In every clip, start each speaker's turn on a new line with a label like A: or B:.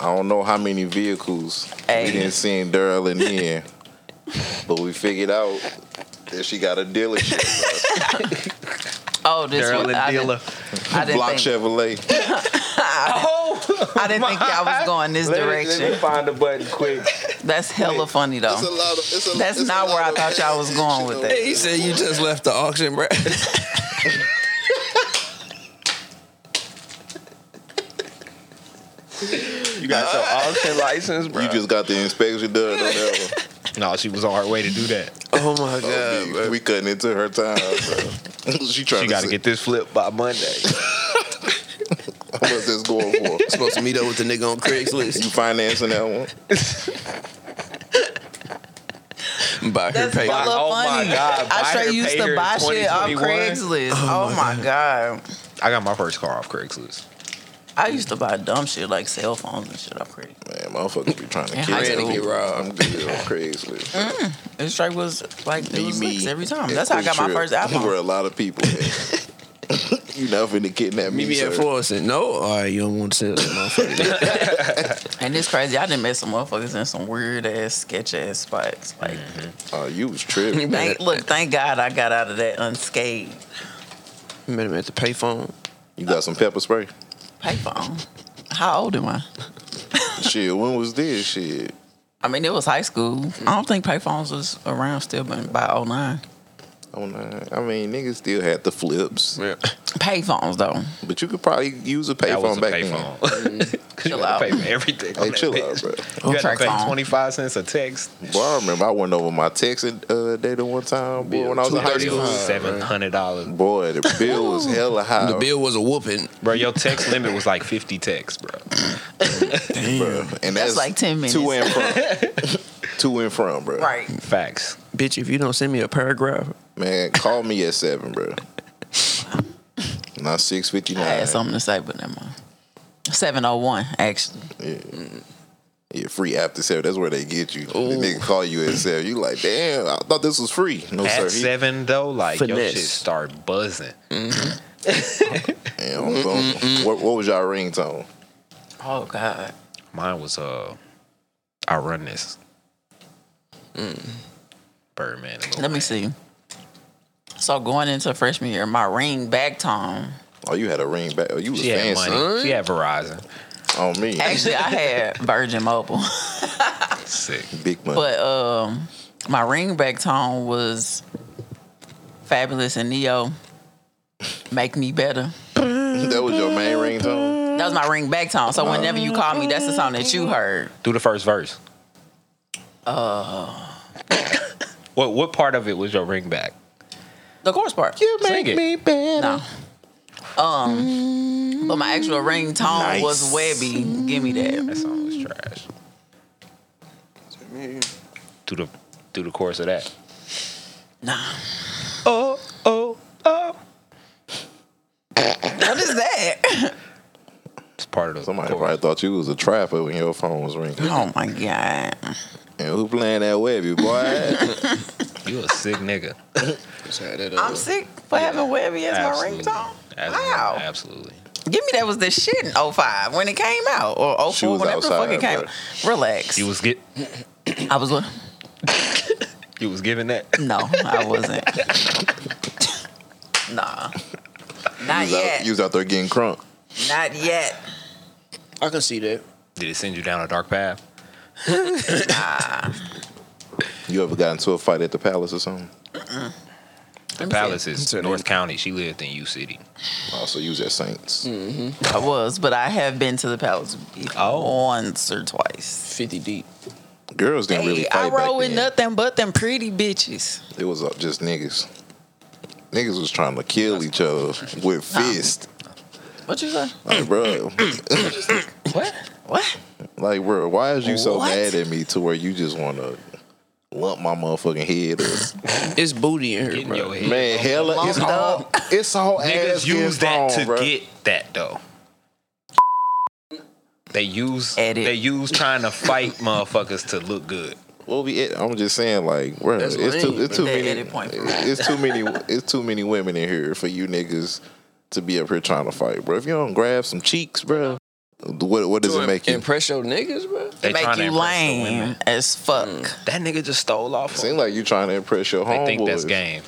A: I don't know how many vehicles
B: Hey.
A: we didn't see Daryl in here, but we figured out that she got a dealership,
B: Oh, this
C: Daryl
B: one.
C: and
B: I
C: Dealer.
B: didn't, I didn't
A: Block
B: think,
A: Chevrolet.
C: Oh,
B: I didn't think y'all was going this direction.
D: find the button quick.
B: That's hella funny though.
A: lot of. It's a,
B: That's not where I thought y'all was going with that.
E: He said you just left the auction, bro.
C: you got your auction license, bro.
A: You just got the inspection done. Don't ever.
C: no, she was on her way to do that.
E: oh my god,
A: we,
E: bro.
A: we cutting into her time, bro. she trying to
C: She got to
A: see
C: get this flip by Monday.
A: what's this going for.
E: Supposed to meet up with the nigga on
A: You
E: Craigslist.
A: financing that one?
E: Buy her
B: That's
E: paper.
B: hella
C: Oh my
B: funny.
C: God, buy
B: I
C: her
B: straight used
C: pay her
B: to
C: in
B: buy shit off
C: 2021.
B: Craigslist. Oh, my god.
C: I got my first car off Craigslist.
B: I used to buy dumb shit like cell phones and shit off Craigslist.
A: Man, motherfuckers be trying to
B: Man,
A: kill
B: how
A: me.
B: you-
A: Get robbed. I'm good on Craigslist.
B: It straight was like it was
A: Me,
B: licks every time.
A: and
B: That's how I got my
A: Quick
B: first
A: Trip Where
B: iPhone.
A: a lot of people. at. you not finna kidnap me,
E: Meet me
A: sir.
E: at Florissant. No, all right, you don't want to sell that motherfucker.
B: And it's crazy. I didn't met some motherfuckers in some weird ass, sketch ass spots. Like,
A: Oh, you was tripping.
B: thank, look, thank God I got out of that unscathed.
E: Met him at the payphone.
A: You got some pepper spray.
B: Payphone. How old am I?
A: shit, when was this shit?
B: I mean, it was high school. I don't think payphones was around still, but by 09.
A: Oh, nah. I mean, niggas still had the flips,
E: Yeah.
B: Payphones though.
A: but you could probably use a
C: That
A: payphone
C: was a
A: back then. Mm-hmm.
C: payphone. 'Cause you
B: Chill
C: had to pay
B: out.
C: for everything. on
A: Hey,
C: that
A: chill out,
C: bitch.
A: bro.
C: You had to
B: Track
C: pay
B: phone.
C: 25 cents a text.
A: Boy, I remember I went over my text uh, data one time, boy,
E: Bill,
A: when I was in high
C: It
A: school.
C: was
E: High,
C: $700.
A: Boy, the bill was hella high.
E: The bill was a whooping.
C: Bro, your text limit was like 50 texts, bro.
A: bro. And that's,
B: like 10 minutes.
A: To and from. to and from, bro.
B: Right.
C: Facts.
E: Bitch, if you don't send me a paragraph,
A: Man, call me at seven, bro. Not six fifty
B: I
A: nine.
B: had something to say, but never mind. 701, actually.
A: Yeah, free after seven. That's where they get you. The nigga call you at seven. You like, damn, I thought this was free. No
C: At
A: sir. He,
C: seven, though, like, your
E: Finesse.
C: shit start buzzing.
A: damn, I'm going- what, what was y'all ringtone?
B: Oh, God.
C: Mine was, uh, I run this.
A: Mm.
C: Birdman. and Lil
B: Let me
C: Wayne.
B: see. So going into freshman year, my ring back time.
A: Oh, you had a ring back. Oh, you was
C: She had
A: fancy
C: money. She had Verizon.
A: on me.
B: Actually, I had Virgin Mobile,
C: Sick.
A: Big money.
B: but um, my ring back tone was fabulous and Neo. Make me better.
A: that was your main ringtone.
B: That was my ring back tone. So whenever you call me, that's the song that you heard.
C: Do the first verse. Uh. what what part of it was your ring back?
B: The chorus part.
C: Sing it.
B: No. Um, but my actual ring tone was Webby. Give me that.
C: That song was trash. Do the do the chorus of that.
B: Nah.
C: Oh oh oh.
B: What is that?
C: It's part of the
A: Somebody
C: chorus.
A: probably thought you was a trapper when your phone was ringing.
B: Oh my god.
A: And who playing that webby boy?
C: You a sick nigga.
E: uh,
B: I'm sick for having Webby as my
C: Absolutely.
B: ringtone.
C: Absolutely.
B: Wow.
C: Absolutely.
B: Give me that was the shit in 05 when it came out or
A: She
B: 04
A: was
B: whenever the
A: outside,
B: fuck it came. Relax.
C: You was get
B: I was li-
C: you was giving that.
B: no, I wasn't. nah.
A: You
B: Not
A: was out-
B: yet.
A: you was out there getting crunk.
B: Not yet.
E: I can see that.
C: Did it send you down a dark path?
A: You ever got into a fight at the palace or something?
B: Let me see.
C: Palace is North County. She lived in U City.
A: Also, use that Saints.
B: I was, but I have been to the Palace
C: Oh.
B: once or twice.
E: 50 deep.
A: Girls didn't really
B: Hey, I
A: fight back
B: roll with
A: then.
B: nothing but them pretty bitches.
A: It was uh, just niggas. Niggas was trying to kill each other with fists.
B: What you say?
A: Like, bro,
B: What? What?
A: like, bro, why is you so
B: What?
A: mad at me to where you just want to lump my motherfucking head up?
E: It's booty in here,
C: Getting your
E: bro.
C: head.
A: Man, hella, it's
B: Lumped
A: all, it's all ass
C: Niggas
A: getting
C: use that
A: thrown,
C: to
A: bro.
C: get that though. They use
B: Edit.
C: they use trying to fight motherfuckers to look good.
A: What we at? I'm just saying, like, bro,
E: That's
A: it's too,
E: lame,
A: it's too
B: bro. That
A: many,
B: edit point for
A: it's too many, it's too many women in here for you niggas to be up here trying to fight, bro. If you don't grab some cheeks, bro, What what does it make you?
E: Impress your niggas, bro.
C: They
B: make
C: tryna
B: you
C: impress the women.
B: lame as fuck.
C: That nigga just stole off.
A: Seem
C: Them.
A: like you trying to impress your
C: They
A: homeboys.
C: think that's game.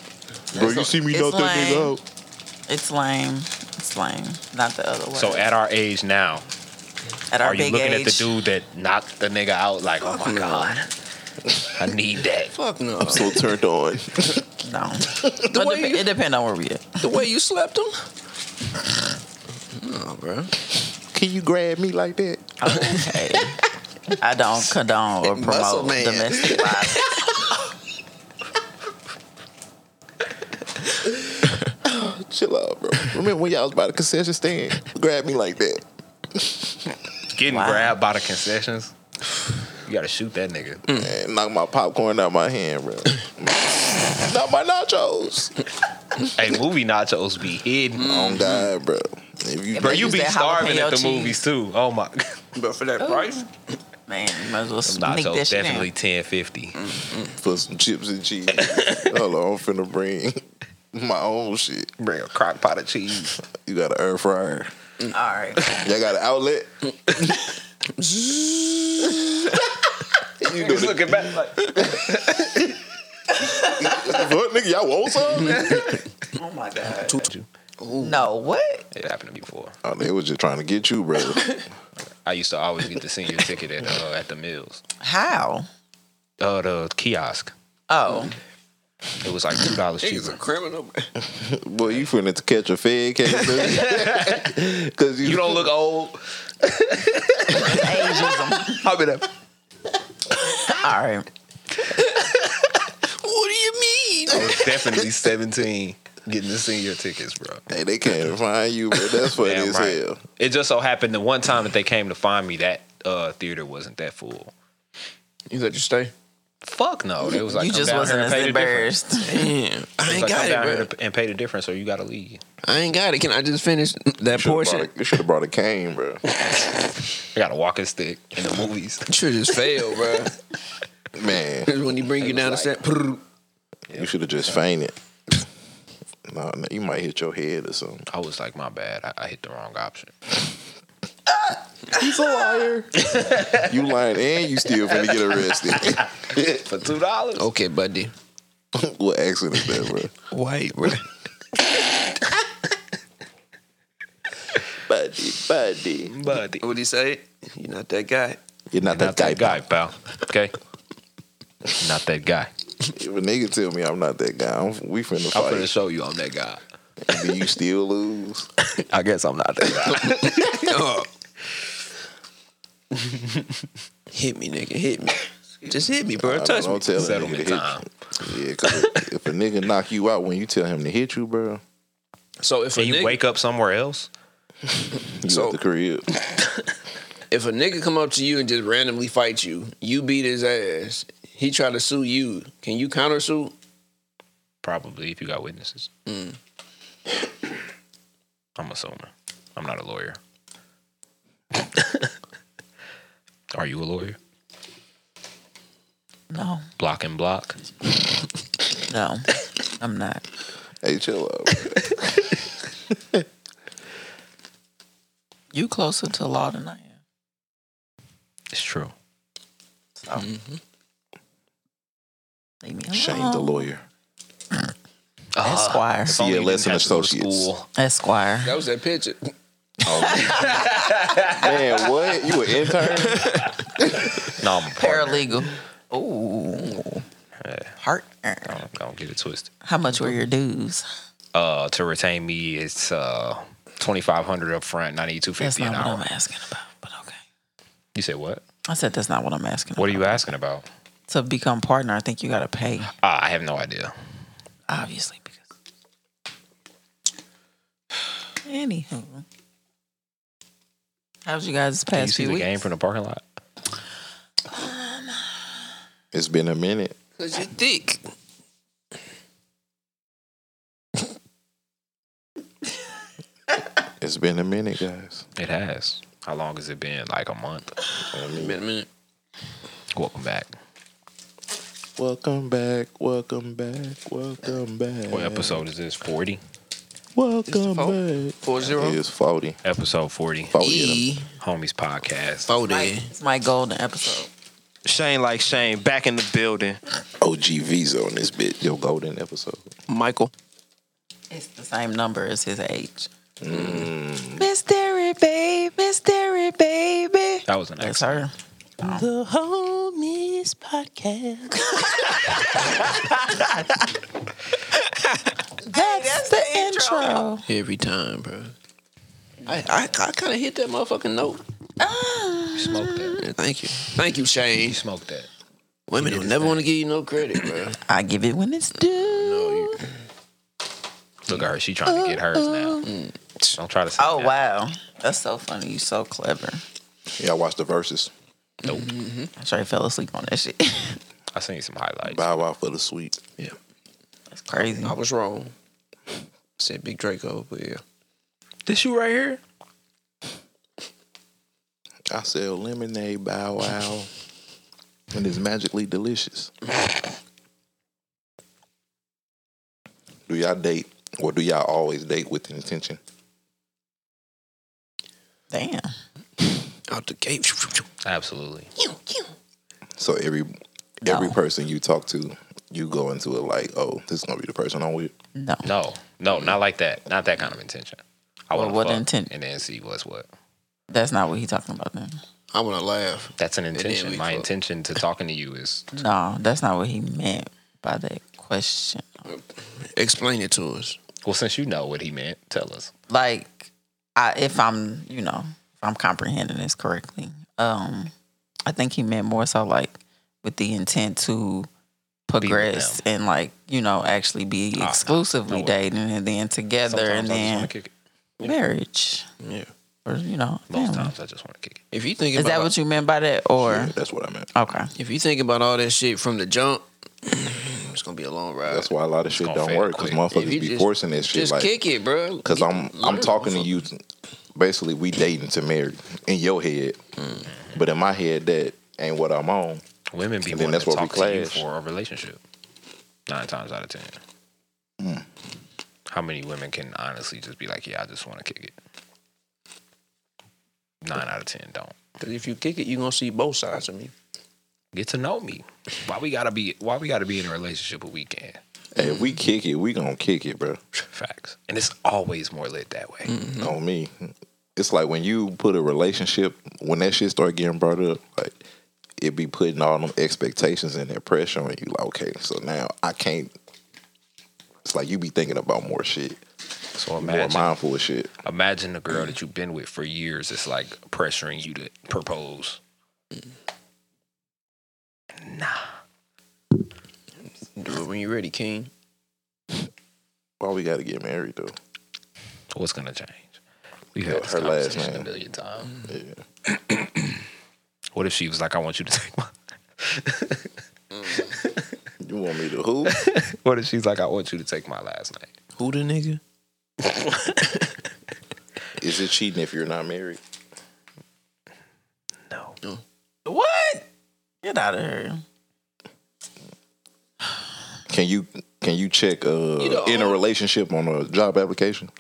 A: Bro, you see me
B: It's
A: knock that nigga
B: lame.
A: out.
B: It's lame. It's lame. Not the other way.
C: So at our age now,
B: At
C: are you looking at the dude that knocked the nigga out like, oh my
E: No.
C: god, I need that?
E: Fuck no.
A: So turned on.
B: No. But
E: way
B: dep-
E: you-
B: it depends on where we at.
E: the way you slept him? No, bro.
A: Can you grab me like that?
B: Okay. I don't condone or
E: Muscle
B: promote
E: man.
B: domestic violence.
A: Chill out, bro. Remember when y'all was by the concession stand? Grab me like that.
C: Getting
B: Wow.
C: grabbed by the concessions. You gotta shoot that nigga.
B: Mm.
A: And knock my popcorn out my hand, bro. Not my nachos.
C: hey, movie nachos be hidden.
A: On God, bro. If you,
B: Mm.
C: Bro,
B: They
C: you
B: use
C: be
B: that
C: starving at
B: jalapeno
C: the
B: cheese.
C: movies too. Oh my,
E: But for that price?
B: Man, you might as well sneak that
C: nachos
B: shit
C: definitely
B: in.
C: ten fifty.
A: for some chips and cheese. Hold on, I'm finna bring my own shit.
C: Bring a crock pot of cheese.
A: You got an air fryer.
B: All right.
A: Y'all got an outlet. you know
C: He's
A: the,
C: looking back like,
A: what nigga? Y'all want some?
B: oh my God. No, what?
C: it happened to me before.
A: Oh, they was just trying to get you, bro.
C: I used to always get the senior ticket at uh, at the Mills,
B: How?
C: uh, the kiosk.
B: Oh.
C: It was like two dollars
E: He's a
C: cheaper.
E: criminal. bro.
A: Boy, you finna to catch a fed case, nigga. Cause you,
C: You don't look old.
B: Ageism.
C: I'll be that.
B: All right.
E: What do you mean?
C: I was definitely seventeen getting the senior tickets, bro.
A: Hey, they can't find you, but that's funny
C: Damn
A: as
C: right.
A: hell.
C: It just so happened the one time that they came to find me, that uh, theater wasn't that full.
E: You let you stay?
C: Fuck no, it was like
B: you
C: come
B: just
C: down
B: wasn't
C: here
B: as
C: and pay the difference.
B: embarrassed.
E: Damn. I
C: It's
E: ain't
C: like, come
E: got
C: down
E: it,
C: here
E: bro.
C: to- and pay the difference, or you gotta leave.
E: I ain't got it. Can I just finish that portion?
A: You should have brought a cane, bro.
C: I got a walking stick in the movies.
E: You should just fail, bro.
A: Man,
E: Because when you bring you down the set,
A: you should have just fainted. No, no, you might hit your head or something.
C: I was like, my bad, I, I hit the wrong option.
A: He's a liar. you lying, and you still finna get arrested.
C: For two dollars?
E: okay, buddy.
A: what accent is that, bro?
E: White, bro.
A: Buddy, buddy.
C: buddy.
E: What'd he say? You're not that guy.
A: You're not
C: Not
A: that,
C: that
A: guy.
C: guy, pal. Okay? Not that guy.
A: If a nigga tell me I'm not that guy, I'm, we finna
C: I'm gonna
A: fight.
C: show you I'm that guy.
A: Do you still lose?
C: I guess I'm not that guy.
E: Oh. hit me, nigga. Hit me. Just hit me, bro.
A: I
E: Touch
A: don't
E: me.
A: tell a nigga
C: Settlement
A: to hit you.
C: time.
A: Yeah, because if a nigga knock you out when you tell him to hit you, bro,
E: So if a
C: Can you
E: nigga,
C: wake up somewhere else?
A: you
E: So-
A: at the crib.
E: if a nigga come up to you and just randomly fight you, you beat his ass. He try to sue you. Can you counter sue?
C: Probably if you got witnesses. I'm assuming. I'm not a lawyer. Are you a lawyer?
B: No,
C: Block and block.
B: no, I'm not.
A: Hey, chill out. bro.
B: You closer to law than I am.
C: It's true.
B: So. Leave me alone.
A: Shame the lawyer.
B: Esquire.
C: If only Ah.
A: CLS
C: you didn't
A: and
C: have to go to
A: Associates.
C: school.
B: Esquire.
E: That was that picture.
A: Oh. Man, what? You an intern?
C: No, I'm a partner.
B: Paralegal. Ooh. Partner.
C: Don't, don't get it twisted.
B: How much were your dues?
C: Uh, to retain me, it's uh twenty five hundred up front, ninety two
B: That's
C: fifty
B: not
C: an
B: what I'm
C: hour.
B: asking about, but okay.
C: You said what?
B: I said that's not what I'm asking.
C: What are
B: about.
C: you asking about?
B: to become partner? I think you got to pay,
C: Uh, I have no idea.
B: obviously, because. Anywho, how's you guys this
C: Can you
B: past
C: see
B: few
C: the
B: weeks?
C: game from the parking lot?
A: It's been a minute.
E: Cause you thick.
A: It's been a minute, guys.
C: It has. How long has it been? Like a month.
E: Wait a minute.
C: Welcome back.
A: Welcome back. Welcome back. Welcome back.
C: What episode is this? Forty.
A: Welcome back.
E: Four zero.
A: It's 40.
C: Episode 40,
A: 40
E: E
C: Homies Podcast.
E: forty.
B: It's my golden episode.
F: Shane like Shane back in the building.
A: OG Visa on this bitch. Yo, golden episode.
E: Michael.
B: It's the same number as his age. Mystery baby, mystery baby.
C: That was an
B: That's
C: excellent.
B: her.
F: The Homies Podcast.
B: That's, the, intro.
E: Every time, bro. I I, I kind of hit that motherfucking note.
B: Ah.
C: Smoke that.
E: Yeah, thank you, thank you,
C: You
E: Shane.
C: smoked that.
E: Women don't never want to give you no credit, bro.
B: I give it when it's due.
E: No, you-
C: Look at her. She trying to get hers now.
B: Uh-uh.
C: Don't try to. Say
B: Oh
C: that.
B: wow, that's so funny. You so clever.
A: Y'all watch the verses.
C: Nope.
B: I sure fell asleep on that shit.
C: I seen some highlights.
A: Bow Wow for the sweet.
E: yeah,
B: that's crazy.
E: I was wrong. Said Big Draco, but yeah.
C: This you right here?
A: I sell lemonade, Bow Wow. and it's magically delicious. do y'all date or do y'all always date with intention?
B: Damn.
E: Out the gate.
C: Absolutely.
A: So every every
B: No.
A: person you talk to, you go into it like, oh, this is gonna be the person I'm with.
B: No.
C: No, no, not like that. Not that kind of intention. I
B: Well,
C: want
B: what
C: to fuck
B: intent?
C: and then see what's what.
B: That's not what he talking about then.
E: I want to laugh.
C: That's an
E: then we
C: intention. My
E: fuck.
C: intention to talking to you is
B: No, that's not what he meant by that question.
E: Explain it to us.
C: well, since you know what he meant, tell us.
B: Like, I if I'm you know if I'm comprehending this correctly, um, I think he meant more so like with the intent to progress and like you know actually be
C: no.
B: exclusively
C: No way.
B: dating and then together
C: Sometimes
B: and
C: I just
B: then
C: want to kick it.
B: marriage
E: Yeah.
B: or you know
C: Most
B: family.
C: times I just want to kick it.
E: If you think
B: Is
E: about
B: that what you meant by that? Or
A: Yeah, that's what I meant.
B: okay,
E: if you think about all that shit from the jump, it's gonna be a long ride.
A: That's why a lot of shit
C: gonna
A: don't
C: fade
A: work because
C: quick.
A: motherfuckers
E: If you
A: be
E: just-
A: forcing this shit.
E: Just
A: Like,
E: kick it, bro.
A: because I'm I'm
E: Learn,
A: talking to
E: motherfucker.
A: you. Basically, we dating to marry in your head,
E: Mm.
A: but in my head that ain't what I'm on.
C: Women be
A: And then
C: wanting
A: that's
C: to
A: where we
C: talk to you
A: clash.
C: for a relationship. Nine times out of ten.
A: Hmm.
C: How many women can honestly just be like, yeah, I just want to kick it? Nine out of ten don't.
E: 'Cause if you kick it, you gonna see both sides of me.
C: Get to know me. Why we gotta be? Why we gotta be in a relationship a weekend?
A: Hey, if we kick it, we gonna kick it, bro.
C: Facts. And it's always more lit that way.
A: On me, it's like when you put a relationship when that shit start getting brought up, like it be putting all them expectations and that pressure on you. Like, okay, so now I can't. It's like you be thinking about more shit,
C: So
A: more
C: imagine,
A: mindful of shit.
C: imagine a girl that you've been with for years is like pressuring you to propose.
E: Do it when you're ready, King.
A: Why we gotta get married though?
C: What's gonna change? We
A: Yeah,
C: had this
A: her last
C: conversation a
A: name.
C: million times.
A: Yeah.
C: What if she was like, "I want you to take my"?
A: You want me to who?
C: What if she's like, "I want you to take my last name"?
E: Who the nigga?
A: Is it cheating if you're not married?
C: No.
B: what? Get out of here.
A: Can you can you check uh,
E: the
A: in a
E: only-
A: relationship on a job application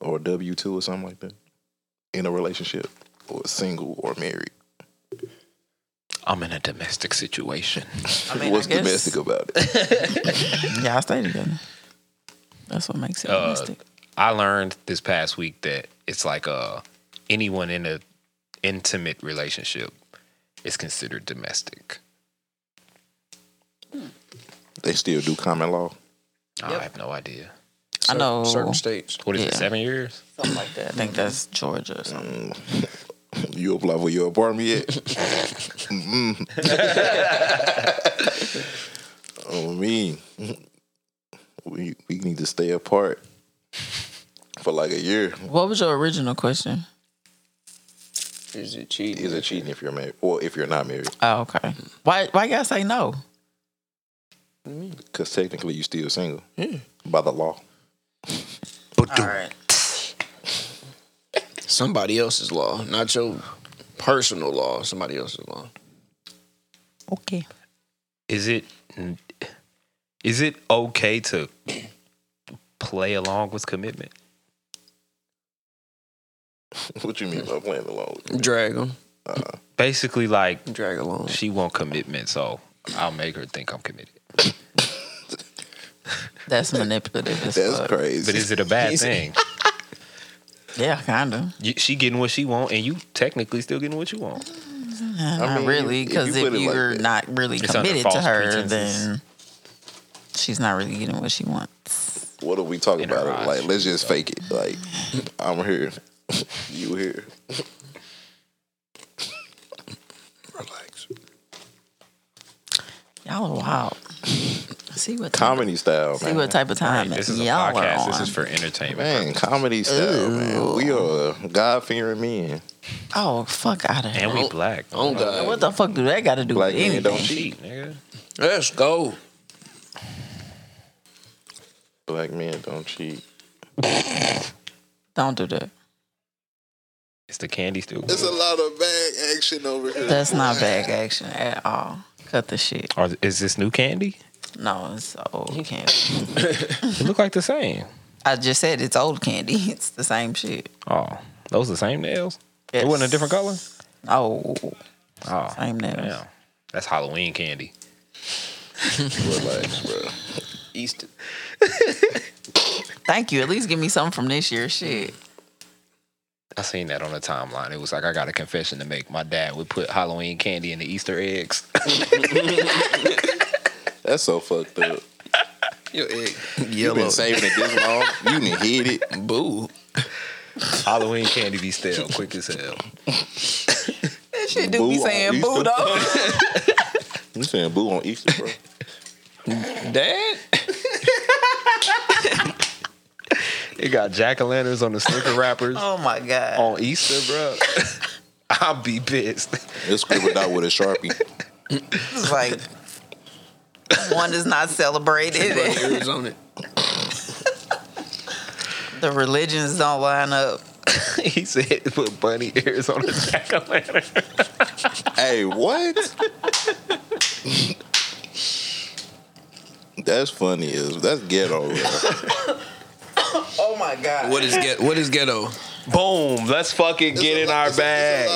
A: or W two or something like that? In a relationship or single or married?
C: I'm in a domestic situation.
B: I mean,
A: What's
B: I guess
A: domestic about it?
B: Yeah, I stay together. That's what makes it
C: Uh,
B: domestic.
C: I learned this past week that it's like uh, anyone in a intimate relationship is considered domestic.
A: they still do common law.
C: I have no idea.
B: I know
E: Certain states.
C: What is it?
B: Yeah.
C: Seven years?
B: something like that. I think that's Georgia. Or something.
A: Mm. You apply for your apartment yet? Mm-mm. oh me, we we need to stay apart for like a year.
B: What was your original question?
E: Is it cheating?
A: Is it cheating if you're married or if you're not married?
B: Oh, okay. Why? Why you gotta say no?
A: Because technically, you're still single
E: Yeah.
A: by the law.
B: All right.
E: Somebody else's law, not your personal law. Somebody else's law.
B: Okay.
C: Is it is it okay to play along with commitment?
A: what you mean by playing along? with me?
E: Drag him.
C: Basically, like
E: Drag along.
C: she want commitment, so I'll make her think I'm committed.
B: That's manipulative as
A: That's
B: fuck.
A: crazy.
C: But is it a bad
E: Easy.
C: thing?
B: Yeah, kind of.
C: You, she getting what she want, and you technically still getting what you want.
B: not
A: mean,
B: really,
A: if you
B: because
A: put
B: if,
A: it
B: you
A: like
B: are
A: that-
B: not really
C: It's under
B: committed to
C: false
B: her,
C: pretenses.
B: then she's not really getting what she wants.
A: what are we talking
C: In a
A: about?
C: rush.
A: Like, let's just fake it. Like, I'm here, you here. Relax.
B: Y'all are wild. see what type,
A: Comedy style,
B: see
A: man.
B: what type of time
C: This is a
B: y'all are
C: podcast.
B: on.
C: This is for entertainment.
A: Man, comedy style, man. We are God fearing men.
B: oh fuck out of here!
C: And we black.
E: Oh God.
B: what the fuck do that got to do
A: Black
B: with
A: men
B: anything?
A: don't
C: Cheat, nigga.
E: Let's go.
A: Black men don't cheat.
B: Don't do that.
C: It's the candy still.
A: It's a
C: good?
A: lot of bad action over here.
B: That's not bag action at all. Cut the shit.
C: Or is this new candy?
B: No, it's old candy.
C: It look like the same.
B: I just said it's old candy. It's the same shit.
C: Oh, those the same nails? It wasn't a different color?
B: Oh,
C: Oh,
B: Same nails.
C: damn. That's Halloween candy.
A: Relax, bro.
E: Easter.
B: thank you. At least give me something from this year. Shit.
C: I seen that on the timeline. It was like I got a confession to make. My dad would put Halloween candy in the Easter eggs.
A: That's so fucked up.
E: Your egg.
A: You've
E: Yellow.
A: been saving it this long. You didn't hit it.
E: Boo.
C: Halloween candy be stale quick as hell.
B: That shit do
A: Boo
B: be
A: on
B: saying
A: Easter.
B: boo though.
A: You saying boo on Easter, bro?
E: Dad.
C: It got jack o' lanterns on the snicker wrappers
B: Oh my god.
C: on Easter, bro. I'll be pissed.
A: It's scribbled out with a sharpie.
B: It's like one is not celebrated.
E: Brother
B: and
E: Arizona.
B: the religions don't line up.
C: he said put bunny ears on the jack o' lantern.
A: hey, what? That's funny. Is that's ghetto. Bro.
B: Oh my god.
E: What is get? What is ghetto?
C: Boom. Let's fucking get in our bag.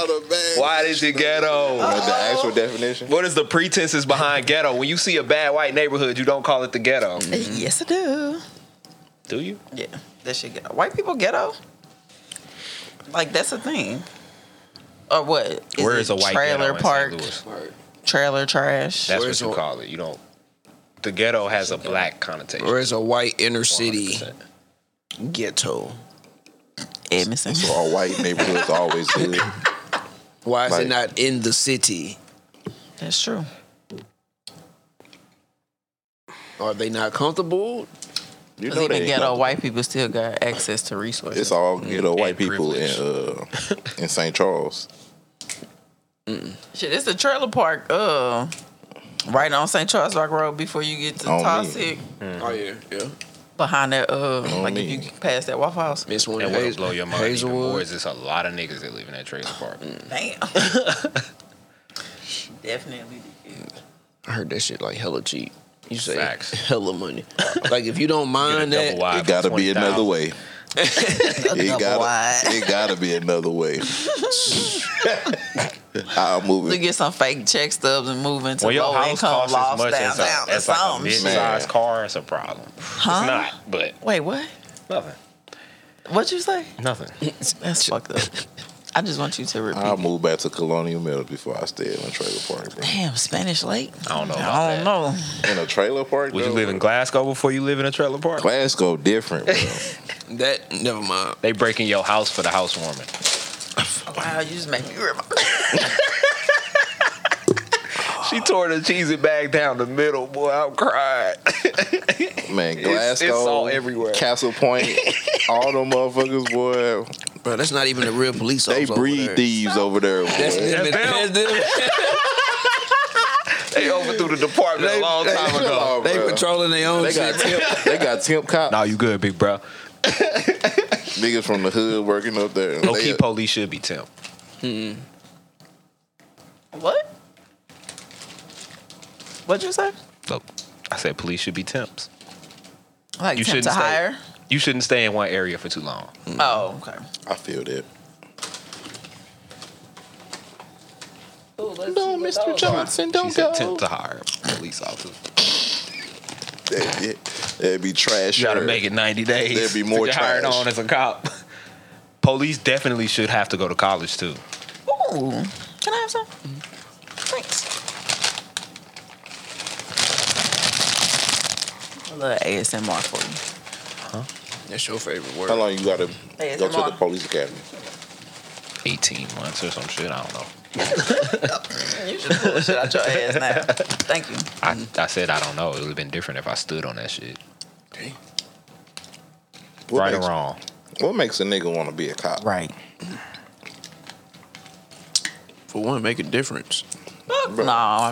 C: Why is it ghetto?
A: Like the actual definition.
C: What is the pretenses behind ghetto? When you see a bad white neighborhood, you don't call it the ghetto.
B: Yes, I do.
C: Do you?
B: Yeah, that shit ghetto. White people ghetto. Like that's a thing. Or what? Is
C: Where
B: it
C: is a white
B: trailer
C: ghetto in
B: park?
C: St. Louis?
B: Trailer trash.
C: That's
E: Where's
C: what you
E: your-
C: call it. You don't. The ghetto has a black connotation.
E: Or is a white inner city
C: 100%.
E: ghetto?
B: Edmondson.
A: So our white neighborhoods always good.
E: Why is
A: Like-
E: it not in the city?
B: That's true.
E: Are they not comfortable?
A: You
B: 'Cause
A: know
B: even
A: they
B: ghetto white Mm, people still got access to resources.
A: It's all ghetto white people in
C: privilege.
A: uh in St. Charles.
B: Shit, it's a trailer park. Uh, right on St. Charles Rock Road before you get to
A: On me.
B: Tosic.
E: Oh yeah, yeah.
B: Behind that, uh, like
A: me.
B: if you pass that Waffle House.
E: Miss one
C: And
E: of
C: what'll
E: Haz-
C: blow your mind even more
E: Hazelwood.
C: is it's a lot of niggas that live in that trailer park.
B: Damn. Definitely.
E: I heard that shit like hella cheap. You say
C: Facts.
E: hella money. like if you don't
C: Get a
E: mind
C: double
E: that,
C: wide
A: It
C: for
A: gotta be
C: 20,000.
A: another way. It
B: wide.
A: gotta, it gotta be another way. I'll move
B: You
A: it.
B: get some fake check stubs and move into
C: When your
B: low
C: house
B: income
C: costs as
B: lost
C: much as,
B: downtown
C: a,
B: or
C: as like a
B: something. shit.
C: mid-sized car, it's a problem.
B: Huh?
C: It's not, but
B: Wait, what?
C: nothing.
B: What you say?
C: Nothing.
B: That's fucked up. I just want you to repeat.
C: Um,
A: I'll move back to Colonial Mill before I stay in a trailer park. Bro.
B: Damn, Spanish Lake.
C: I don't know about
B: I don't
C: that.
B: know.
A: In a trailer park?
C: Would you
A: though?
C: live in Glasgow before you live in a trailer park?
A: Glasgow different, bro.
E: that never mind.
C: They breaking your house for the housewarming.
B: Wow, you just make me remember.
C: She tore the cheesy bag down the middle, boy. I'm crying.
A: Man, Glasgow,
C: It's- it's all everywhere.
A: Castle Point, all them motherfuckers, boy.
E: Bro, that's not even a real police
A: They
E: officer. over
A: breed
E: there.
A: thieves over there. Boy.
E: That's them.
C: That's
E: That's
C: them.
E: them.
C: they overthrew the department a long time
A: they-
C: ago.
A: Oh,
E: They
A: bro.
E: patrolling their own
A: They got
E: shit.
A: temp, they got temp cops,
C: Nah, you good, big bro.
A: niggas from the hood working up there.
C: Low
A: They- uh,
C: key police should be Tim.
B: What? What'd you say?
C: Look, I said police should be temps.
B: Like
C: You
B: temp
C: shouldn't
B: to
C: stay. Mm.
B: hire?
C: You shouldn't stay in one area for too long.
B: Oh, okay.
A: I feel that.
B: No, Mr. Jones.
A: Johnson,
C: She said attempt to hire a police officer.
A: That, yeah, that'd be trash.
C: You gotta make it 90 days.
A: There'd be more
C: to get hired
A: trash.
C: on as a cop. Police definitely should have to go to college too.
B: Ooh, can I have some?
C: Mm-hmm.
B: Thanks. A little ASMR for you.
E: That's your favorite
A: How
E: word.
A: long you gotta
B: Hey,
A: go
B: come
A: to the
B: on.
A: police academy?
C: 18 months or some shit. I don't know.
B: You should pull shit out your ass now. Thank you.
C: I, I said I don't know. It would have been different if I stood on that shit.
A: What
C: right
A: makes,
C: or wrong.
A: What makes a nigga want to be a cop?
B: Right.
E: For one, make a difference.
B: Fuck no,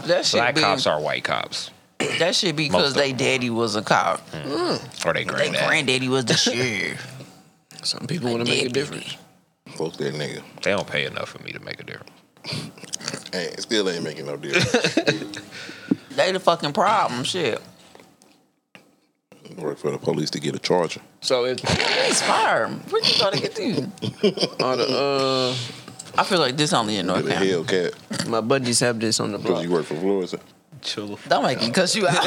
B: that should
C: Black
B: be
C: cops are white cops.
B: that should be
C: Most
B: because
C: of Mm,
B: they daddy was a cop.
C: Or they
B: They
C: granddad.
B: granddaddy was the sheriff.
E: Some people want to make a
B: did,
E: difference.
A: Fuck that nigga.
C: They don't pay enough for me to make a difference.
A: Ain't, still ain't making no difference.
B: They the fucking problem. Shit.
A: Work for the police to get a charger.
E: So if
B: He's fired. Where you gonna get to?
E: all the
B: I feel like this only in North
A: Get a
B: Carolina.
A: Hellcat
E: uh, my buddies have this on the
A: because
E: block.
A: you work for Florida.
C: Chill.
B: Don't make me cuss you out.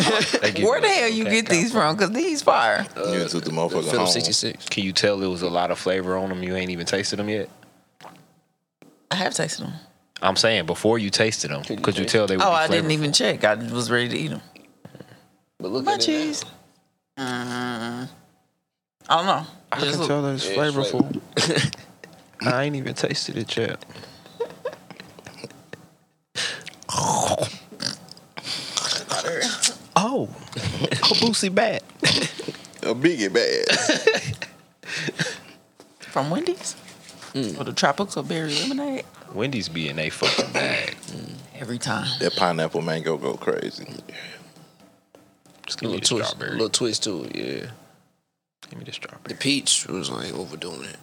C: give
B: Where the
C: you a
B: hell you
C: cat
B: get these from? Because these fire.
E: Uh,
A: you took the motherfucker
E: Philip
A: home.
E: sixty six.
C: Can you tell it was a lot of flavor on them? You ain't even tasted them yet.
B: I have tasted them.
C: I'm saying before you tasted them,
E: Could you
C: could you
E: taste
C: tell they were?
B: Oh, I didn't even check. I was ready to eat them.
E: But look
B: My
E: at it now.
B: cheese. Mm, I don't know. Just look-
C: that it's
E: Yeah, it's flavorful.
C: I ain't even tasted it yet. oh, Caboosey bat.
A: A biggie bad.
B: from Wendy's or the tropical berry lemonade
C: Wendy's be in a fucking bag.
B: every time.
A: that pineapple mango go crazy.
C: Just
E: A
C: give me
E: little
C: the
E: twist,
C: strawberry.
E: little twist to it. Yeah,
C: Give me the
E: the
C: strawberry.
E: peach was like overdoing it.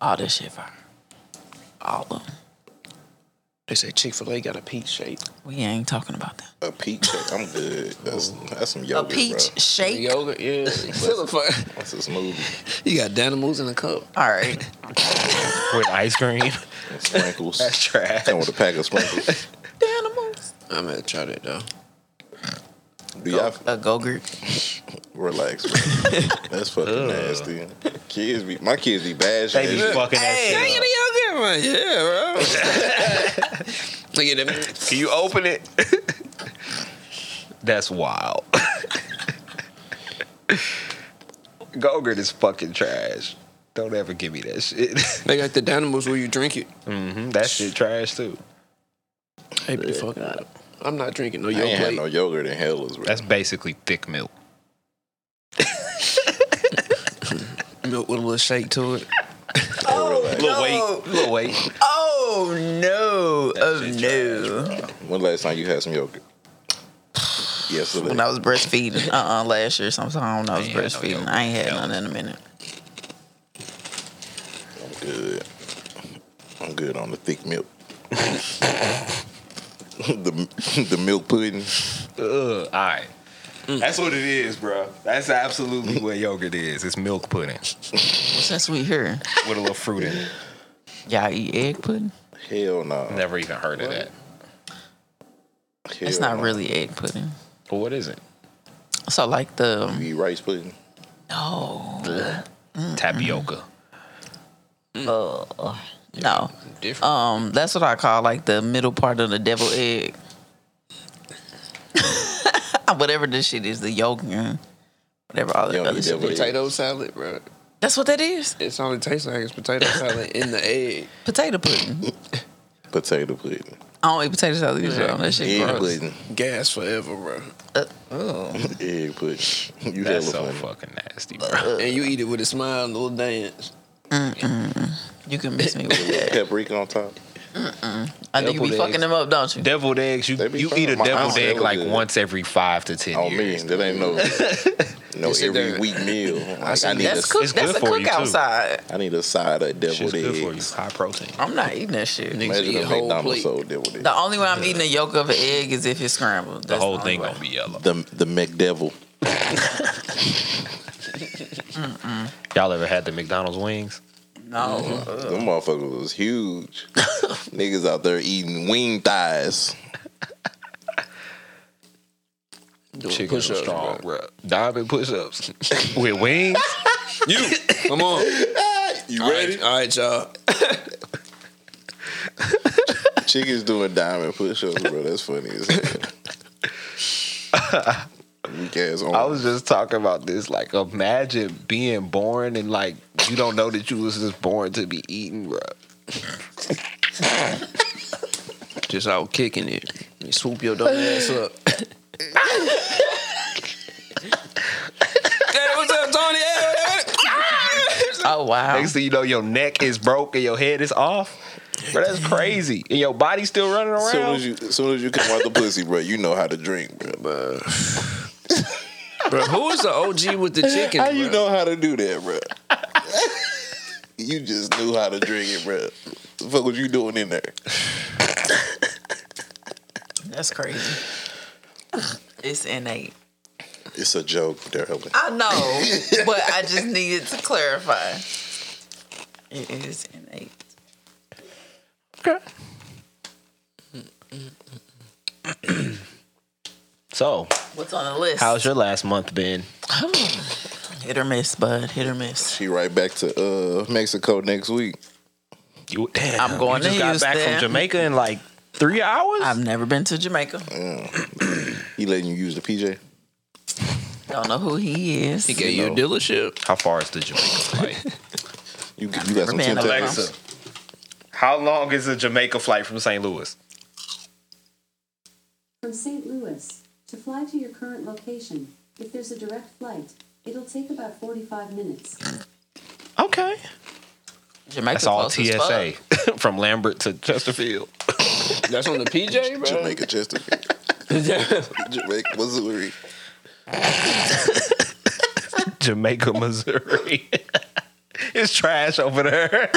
B: All this shit fire. All of them.
E: They say Chick Fil A got a peach shape.
B: We ain't talking about that.
A: A peach shake. I'm good. That's, that's some
B: A
A: yogurt,
B: peach
A: bro.
B: shake.
E: Yogurt, yeah.
A: That's a smoothie.
E: you got Danimals in a cup.
B: All right.
C: With ice cream.
A: And sprinkles.
C: That's trash.
A: Come with a pack of sprinkles.
B: Animals.
E: I'm gonna try that though.
A: Do y'all
B: A gogurt.
A: relax? Bro. That's fucking nasty. Kids be my kids be bashing.
C: They be
A: that shit.
C: fucking that shit up.
E: yeah, bro. Look at them.
C: Can you open it? That's wild. Gogurt is fucking trash. Don't ever give me that shit.
E: They got the Danimals where you drink it.
C: hmm that shit trash too.
E: Hey, be fucking up. I'm not drinking no
A: I
E: yogurt.
A: ain't had no yogurt in hellers, bro.
C: That's basically thick milk.
E: Milk with a little shake to it.
C: Little weight. Little weight.
B: Oh no. Oh
C: shit
B: no.
A: When last time you had some yogurt? Yesterday.
B: When I was breastfeeding. Uh uh last year sometime I don't know I was
C: ain't had no
B: breastfeeding.
C: yogurt.
B: I ain't had
C: Hell.
B: none in a minute.
A: I'm good. I'm good on the thick milk. the the milk pudding.
C: Ugh. All right. That's what it is, bro. That's absolutely what yogurt is. It's milk pudding
B: Since we here.
C: with a little fruit in it.
B: Y'all eat egg pudding?
A: Hell no.
C: Never even heard of that.
A: Hell
B: It's not
A: no.
B: really egg pudding.
C: But what is it?
B: So like the um,
A: You eat rice pudding.
B: no,
C: Tapioca.
B: Mm.
A: Uh,
B: no.
E: Different.
B: Um, that's what I call like the middle part of the devil egg. Whatever this shit is, the yolk and whatever all
A: You
B: that
A: don't
B: other
A: eat
B: shit.
A: devil egg.
E: potato salad, bro.
B: That's what that is.
E: It's all it tastes like is potato salad in the egg.
B: Potato pudding.
A: Potato pudding.
B: I don't eat potato salad either. though. That shit
A: Egg
B: gross.
A: pudding.
E: Gas forever, bro.
A: Egg pudding. You hella
C: That's so
A: funny.
C: fucking nasty, bro.
E: And you eat it with a smile and a little dance.
B: You can miss me with that.
A: Paprika on top.
B: I know you be
C: Deviled
B: fucking
C: eggs.
B: them up, don't you?
C: Deviled eggs. You,
A: They be
C: you
A: fine.
C: eat a
A: My
C: deviled
A: aunt
C: egg Oh,
A: never
C: like
A: did.
C: once every five to ten
A: On me.
C: years.
A: Oh, That ain't no no
E: You sit
A: every
E: there-
A: week meal. Like, I need a,
B: That's cook.
C: it's
B: That's
C: good
B: a
C: for
B: cook
C: you, too.
B: outside.
A: I need a side of
C: Shit's
A: deviled
C: good for you.
A: eggs.
C: High protein.
B: I'm not eating that shit.
E: Niggas
A: Imagine
E: eat
A: if
E: a whole
A: McDonald's
E: plate.
A: sold deviled eggs.
B: The only way I'm eating the yolk of an egg is if it's scrambled.
C: The
B: That's
C: whole
B: only
C: thing
B: way.
C: gonna be yellow.
A: The the McDevil.
C: Y'all ever had the McDonald's wings?
B: No.
C: Mm-hmm.
A: Them motherfuckers was huge. Niggas out there eating wing thighs.
E: Doing
C: Chicken
E: push-ups,
C: strong,
E: bro.
C: bro. Diamond push-ups with wings.
E: You, come on.
A: You
E: All right, all right, y'all.
A: Chickens doing diamond push-ups, bro. That's funny as hell. Weak ass
C: I
A: arm.
C: was just talking about this. Like, imagine being born and like you don't know that you was just born to be eaten, bro.
E: Just out kicking it. You swoop your dumb ass up. hey, what's up, Tony? Hey, hey, hey.
B: Oh wow.
C: Next thing you know, your neck is broke and your head is off. Bro, that's crazy. And your body's still running around.
A: As soon as you, as soon as you come out the pussy, bro, you know how to drink, bro.
E: Bro, who is the OG with the chicken?
A: How you
E: bro?
A: know how to do that, bro? you just knew how to drink it, bro. The fuck was you doing in there?
B: That's crazy. It's innate.
A: It's a joke, Daryl.
B: I know, but I just needed to clarify. It is innate.
C: so,
B: What's on the list?
C: how's your last month been?
B: hit or miss, bud? Hit or miss.
A: She right back to uh, Mexico next week.
C: You, damn,
B: I'm going
C: you just
B: to
C: got back
B: Houston.
C: from Jamaica in like three hours.
B: I've never been to Jamaica.
C: Mm-hmm.
A: He letting you use the PJ?
B: Don't know who he is.
E: He gave you a dealership.
C: How far is the Jamaica flight?
A: You, you got some
B: been
A: Tim
B: to
A: Tams?
B: Alexa,
C: how long is a Jamaica flight from St. Louis?
G: From St. Louis, to fly to your current location, if there's a direct flight, it'll take about 45 minutes.
E: Okay.
B: Jamaica.
C: That's all
B: close as
C: TSA from Lambert to Chesterfield.
E: That's on the PJ, bro.
A: Jamaica, Chesterfield, Jamaica, Missouri.
C: Jamaica, Missouri. it's trash over there.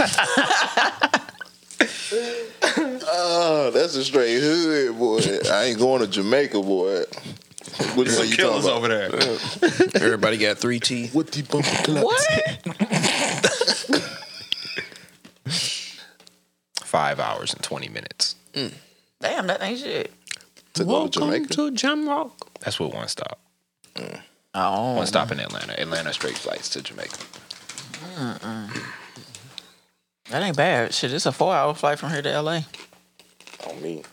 A: Oh, that's a straight hood, boy. I ain't going to Jamaica, boy. What the fuck you talking
C: Killers
A: about?
C: over there.
E: Everybody got three teeth.
A: What the bumper
B: fuck.
A: club?
B: What?
C: Five hours and twenty minutes.
B: Damn, that ain't shit.
A: To go to Jamaica?
E: to Jamrock.
C: That's what one stop.
B: Oh,
C: One stop in Atlanta. Atlanta straight flights to Jamaica.
B: that ain't bad. Shit, it's a four-hour flight from here to LA.
A: On me.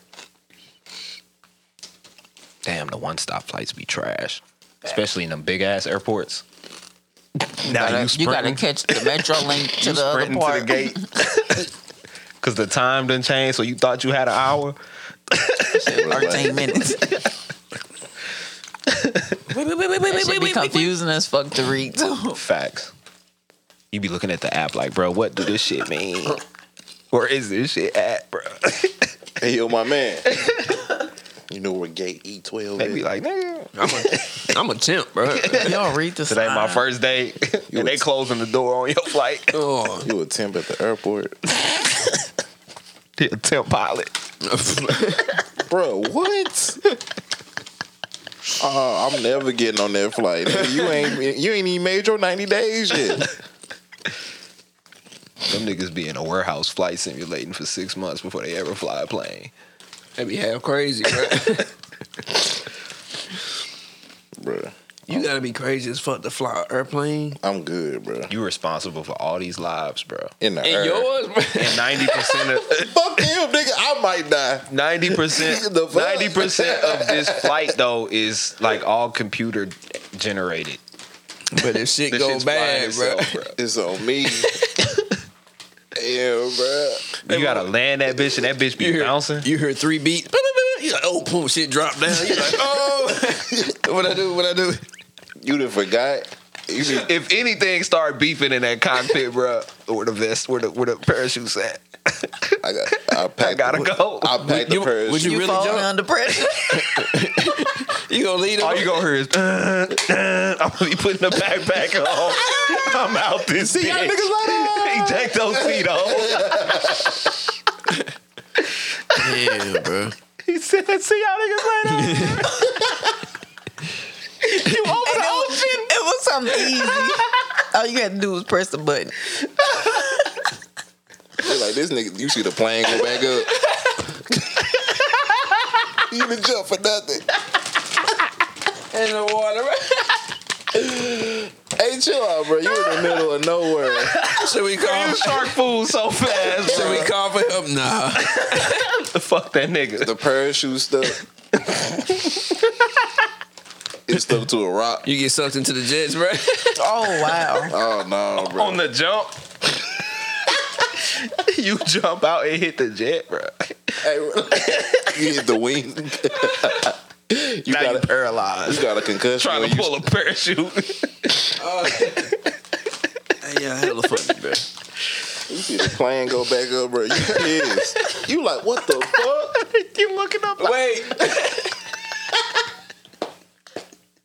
C: Damn, the one stop flights be trash, especially in them big ass airports. Now
B: Gotta-
C: you
B: you gotta
C: sprinting.
B: catch the metro link to the other
C: sprinting
B: part.
C: to the gate because the time didn't change. So you thought you had an hour.
B: Thirteen minutes.
E: Wait, wait, wait, wait, wait,
B: That shit be confusing as fuck to read too.
C: Facts. You be looking at the app like, bro, what do this shit mean? Where is this shit at, bro?
A: Hey, yo, my man. you know where gate E12
C: they be
A: is?
C: like, nigga,
E: I'm a temp, bro.
B: You don't read the
C: today my
B: sign.
C: first day, and they closing the door on your flight.
E: Oh.
A: You a temp at the airport.
C: Tell pilot.
A: Bro, what? Oh, I'm never getting on that flight. You ain't you ain't even made your 90 days yet.
C: Them niggas be in a warehouse flight simulating for six months before they ever fly a plane.
E: That be half crazy, bro.
A: Bro,
E: you gotta be crazy as fuck to fly an airplane.
A: I'm good, bro.
C: You responsible for all these lives, bro.
A: In the
E: And
A: air.
E: yours, bro.
C: And ninety percent of
A: Fuck him, nigga. I might die.
C: ninety percent
A: The fuck?
C: ninety percent of this flight though is like all computer generated.
E: But if shit
C: This
E: go
C: shit's flying
E: bad, bro.
C: itself, bro.
A: It's on me. yeah, bro.
C: You gotta land that bitch and that bitch
E: You
C: be
E: hear,
C: bouncing.
E: you hear three beats. You like, oh, boom, shit dropped down. You like, oh, what I do? What I do?
A: You done forgot. You be
C: If anything start beefing in that cockpit, bro, where the vest, where the where the parachute's at.
A: I got. I, packed
C: I gotta
A: the,
C: go.
A: I packed the
E: You-
A: purse.
E: would
B: You,
E: you really
B: falling
E: jump?
B: under pressure.
E: You gonna lead
C: All
E: him?
C: you gonna hear is "Uh, uh," I'm gonna be putting the backpack on. I'm out this See,
A: y'all
C: bitch.
A: niggas
C: Eject those feet off.
E: Yeah, bro.
C: He said, "See y'all niggas later."
B: it, was, it was something easy. All you had to do was press the button.
A: They like this nigga, you see the plane go back up. you done jump for nothing.
E: in the water.
A: Hey, chill out, bro. You in the middle of nowhere.
E: Should we call?
C: Shark food so fast.
E: Should we call for help? Nah.
C: Fuck that nigga.
A: The parachute stuck. it's stuck to a rock.
E: You get sucked into the jets, bro.
B: Oh wow.
A: Oh no, bro.
C: On the jump. you jump out and hit the jet, bro.
A: Hey, you hit the wing. you
C: Now you
A: got a,
C: paralyzed.
A: you got a concussion.
C: Trying
A: when
C: to
A: you-
C: pull a parachute.
E: yeah, hella funny, bro.
A: You see the plane go back up, bro. You pissed. You like what the fuck?
C: you looking up like,
E: Wait,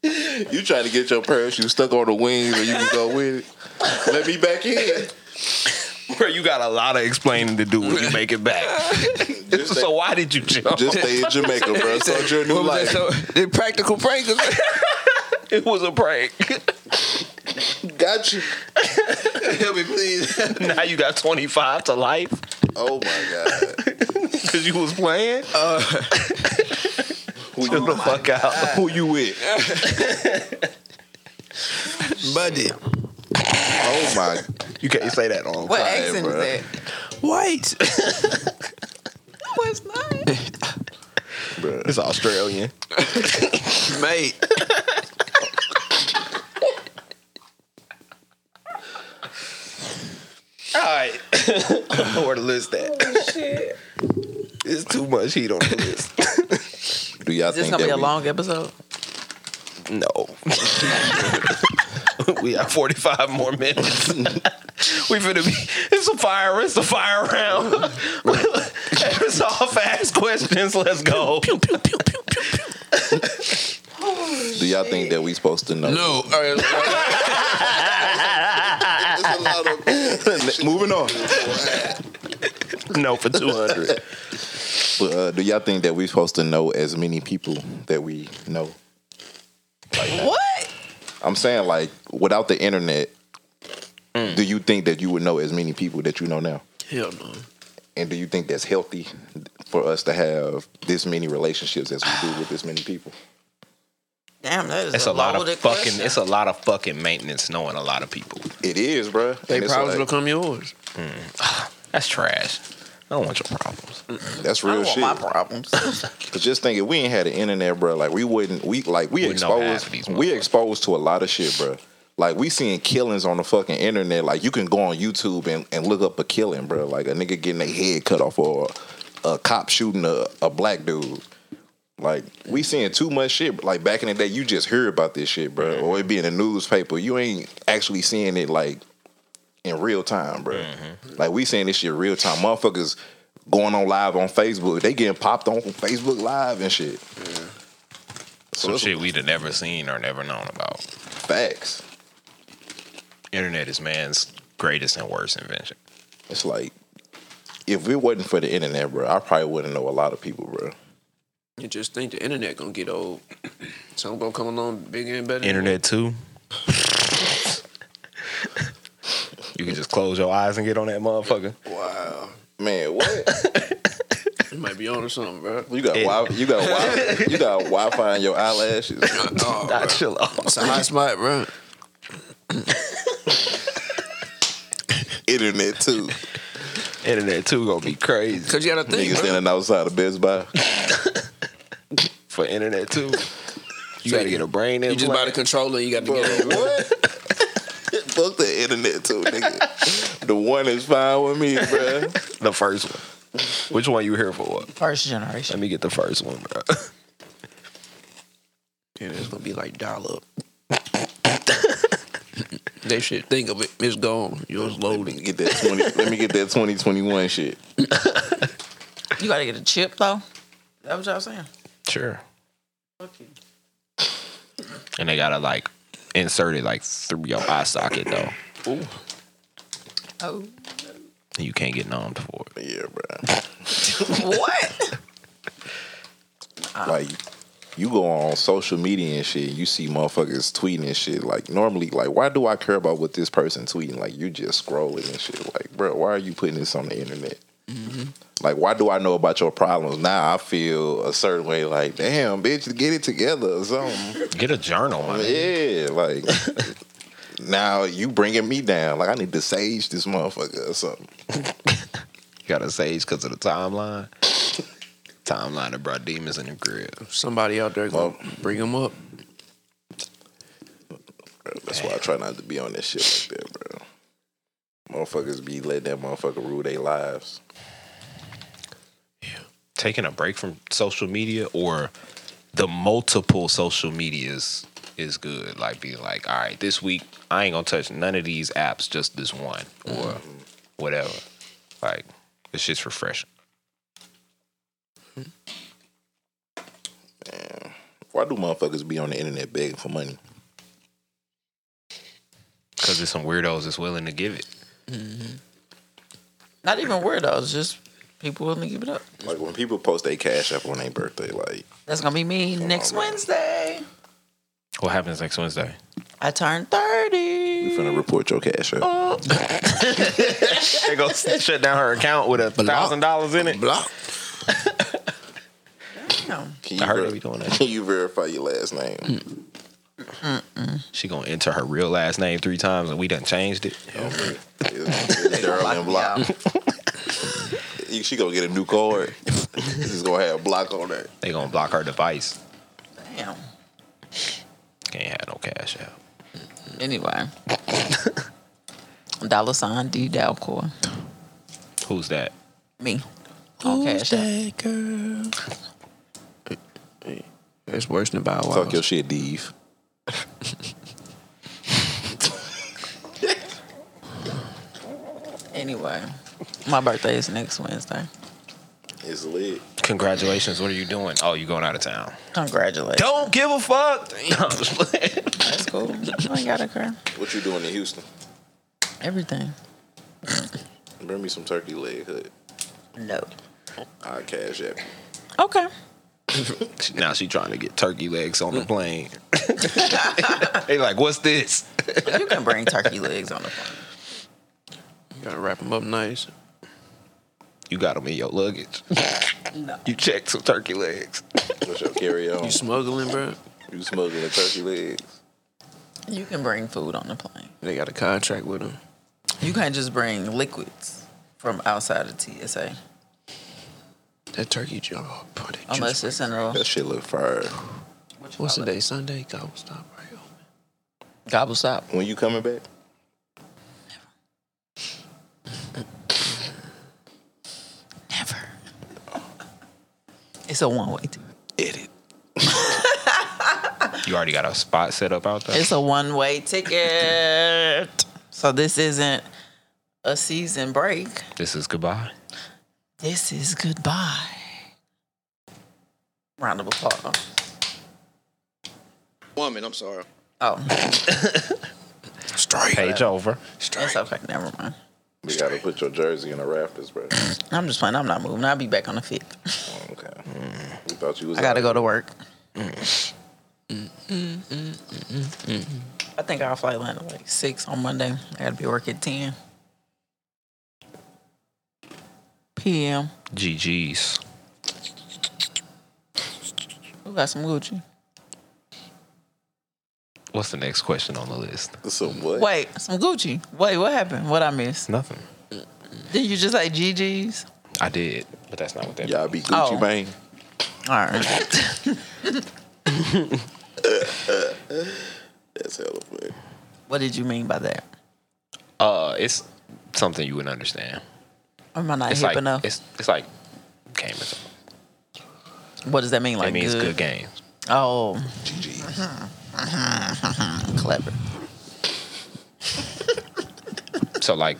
A: You trying to get your parachute stuck on the wing where you can go with it? Let me back in.
C: bro, you got a lot of explaining to do when you make it back.
A: Just
C: so why did you jump?
A: Just stay in Jamaica, bro. Start your new
E: what was
A: life.
E: that? So, they practical prankers.
C: it was a prank.
A: Got you.
E: Help me, please.
C: now you got 25 to life
A: Oh my god.
C: because you was playing.
A: Who
C: Chill
A: you,
C: the fuck out.
A: who you with?
E: Buddy,
A: Oh my.
C: You can't say that on.
B: What
A: Right,
B: accent
A: bruh.
B: is that?
E: white.
B: No, it's not.
C: It's Australian.
E: Mate.
C: All right. I don't know where to list that. It's too much heat on the list.
A: Do y'all
B: Is
A: think
B: this gonna
A: that
B: be a
A: we-
B: long episode?
C: No. we have 45 more minutes. we finna be, it's a fire, it's a fire round. it's all fast questions, let's go.
A: Do y'all think that we supposed to know?
E: No. All right,
A: It's a lot of- Moving on.
C: No for 200.
A: But uh, do y'all think that we supposed to know as many people that we know?
B: What?
A: I'm saying like without the internet,
E: Mm.
A: do you think that you would know as many people that you know now?
E: Hell no.
A: And do you think that's healthy for us to have this many relationships as we do with this many people?
B: Damn, that is
C: It's a lot of fucking, it's a lot of fucking maintenance knowing a lot of people.
A: It is, bro.
E: They problems become yours.
C: That's trash. I don't want your problems.
A: that's
B: I
A: real
B: don't want
A: shit.
B: my problems.
A: But just think if we ain't had the internet, bro, like we wouldn't we like we
C: Wouldn't know half
A: exposed
C: of these
A: we
C: motherfuckers.
A: exposed to a lot of shit, bro. Like we seeing killings on the fucking internet. Like you can go on YouTube and, and look up a killing, bro. Like a nigga getting their head cut off or a, a cop shooting a, a black dude. Like we seeing too much shit. Like back in the day, you just hear about this shit, bro, or it be in the newspaper. You ain't actually seeing it like in real time, bro. Like we seeing this shit real time. Motherfuckers going on live on Facebook. They getting popped on Facebook Live and shit. So
C: Some
A: that's
C: shit we'd have never seen or never known about.
A: facts.
C: Internet is man's greatest and worst invention.
A: It's like if it wasn't for the internet, bro, I probably wouldn't know a lot of people, bro.
E: You just think the internet gonna get old. Something gonna come along bigger and better.
C: Internet too. you can just close your eyes and get on that motherfucker.
E: Wow.
A: Man, what?
E: You might be on or something, bro.
A: you got wi- you got wi- you got Wi-Fi in your eyelashes.
E: Oh,
C: Nah, chill out.
E: it's a hot spot, bro.
A: Internet too.
C: Internet too gonna be crazy
E: Cause you gotta think,
A: Niggas
E: bro.
A: standing outside of Best Buy.
C: for internet too. You gotta get a brain
E: You just buy the
C: implant.
E: controller. You got to
A: Bro,
E: get it.
A: what? Fuck the internet too, nigga. the one is fine with me, bro.
C: the first one. Which one you here for?
B: First
C: Let
B: generation.
C: me get the first one, bro.
E: Yeah, it's gonna be like dial up. they should think of it. It's gone. Yours loading.
A: Get that twenty. let me get that twenty twenty one shit.
B: You gotta get a chip though. That what y'all saying?
C: Sure. And they gotta like insert it like through your eye socket though.
B: Oh,
C: You can't get numbed for it.
A: Yeah, bro.
B: what?
A: Like you go on social media and shit, you see motherfuckers tweeting and shit. Like normally, like why do I care about what this person tweeting? Like you just scrolling and shit. Like, bro, why are you putting this on the internet? Like, why do I know about your problems now? I feel a certain way. Like, damn, bitch, get it together or something.
C: Get a journal. my nigga.
A: yeah, like now you bringing me down. Like I need to sage this motherfucker or something.
C: You got to sage because of the timeline. timeline that brought demons in the crib.
E: Somebody out there gonna bring him up.
A: That's why I try not to be on that shit like that, bro. Motherfuckers be letting that motherfucker rule their lives.
C: Taking a break from social media or the multiple social medias is good. Like being like, all right, this week I ain't gonna touch none of these apps, just this one or whatever. Like it's just refreshing.
A: Why do motherfuckers be on the internet begging for money?
C: Cause there's some weirdos that's willing to give it.
B: Not even weirdos, just people willing to give it up.
A: Like when people post their cash up on their birthday, like
B: That's gonna be me next
A: on, man.
B: Wednesday.
C: What happens next Wednesday?
B: I turn thirty.
A: you finna report your cash up.
H: They go shut down her account with a thousand dollars in it.
E: Block.
B: Damn.
A: Can you,
C: I heard
A: ver-
C: they be doing that. Hmm.
A: Can you verify your last name?
C: She gonna enter her real last name three times and we done changed it.
A: Okay. It's- it's Daryl and Block. You- She gonna get a new card. this is gonna have block on there.
C: They gonna block her device.
B: Damn.
C: Can't have no cash out.
B: Anyway. Dollar sign D Dalcor.
C: Who's that?
B: Me. On Cash App.
E: It's worse than Bow Wow.
A: Talk your shit, Dave.
B: Anyway. My birthday is next Wednesday.
A: It's lit.
C: Congratulations. What are you doing? Oh, you going out of town.
B: Congratulations.
H: Don't give a fuck.
B: That's cool. I ain't gotta cry.
A: What you doing in Houston?
B: Everything.
A: Bring me some turkey leg hood.
B: No.
A: I cash app. you.
B: Okay.
C: Now she trying to get turkey legs on the plane. they like, what's this?
B: You can bring turkey legs on the plane.
E: Gotta wrap him up nice.
C: You got them in your luggage.
B: No.
C: You checked some turkey legs.
A: What's your carry on?
E: You smuggling, bro?
A: You smuggling turkey legs.
B: You can bring food on the plane.
E: They got a contract with him.
B: You can't just bring liquids from outside of TSA.
E: That turkey job. Put it
B: Unless it's in a
A: That shit look fire.
E: What's the day? Sunday? God will stop right open.
B: gobble stop.
A: When you coming back?
B: Never. It's a one way ticket.
A: Edit.
C: You already got a spot set up out there.
B: It's a one way ticket. So this isn't a season break.
C: This is goodbye.
B: This is goodbye. Round of applause.
I: Woman, I'm sorry.
B: Oh,
C: Page over.
B: it's okay. Never mind.
A: We gotta put your jersey in the rafters, bro.
B: I'm just playing. I'm not moving. I'll be back on the fifth.
A: Okay. We thought you was.
B: I gotta go to work. I think I'll fly land at like six on Monday. I gotta be at work at ten p.m.
C: GG's.
B: We got some Gucci.
C: What's the next question on the list?
A: So what?
B: Wait, some Gucci. Wait, what happened? What I missed?
C: Nothing.
B: Did you just say GG's?
C: I did. But that's not what that
A: Y'all be Gucci
B: Oh.
A: Mane.
B: All right.
A: That's hella funny.
B: what did you mean by that?
C: Uh it's something you wouldn't understand.
B: Or Am I not
C: It's
B: hip
C: like
B: enough?
C: it's it's like gamers.
B: What does that mean? Like
C: it means
B: good?
C: good, games.
B: Oh. GG's. Clever.
C: So like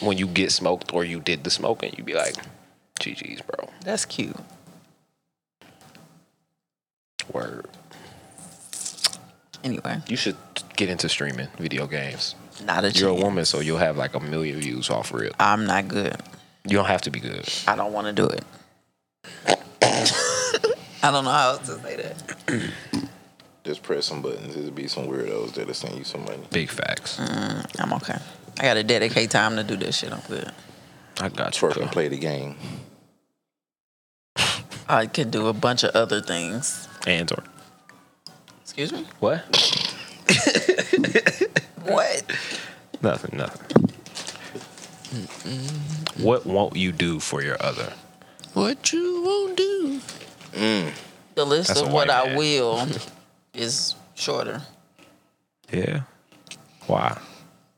C: when you get smoked or you did the smoking, you be like, GG's bro.
B: That's cute.
C: Word.
B: Anyway,
C: You should get into streaming video games.
B: not a
C: You're a
B: chance.
C: woman, so you'll have like a million views off rip.
B: I'm not good.
C: You don't have to be good.
B: I don't want to do it. I don't know how else to say that.
A: Just press some buttons. It'll be some weirdos that'll send you some money.
C: Big facts.
B: I'm okay. I gotta dedicate time to do this shit. I'm good.
C: I got you.
A: Twerk and
C: Cuz.
A: play the game.
B: I could do a bunch of other things.
C: And or
B: Excuse me.
C: what?
B: What?
C: Nothing. Nothing. What won't you do for your other?
E: What you won't do?
B: The list
C: That's a
B: of what
C: white
B: I
C: man.
B: will is shorter.
C: Yeah. Why?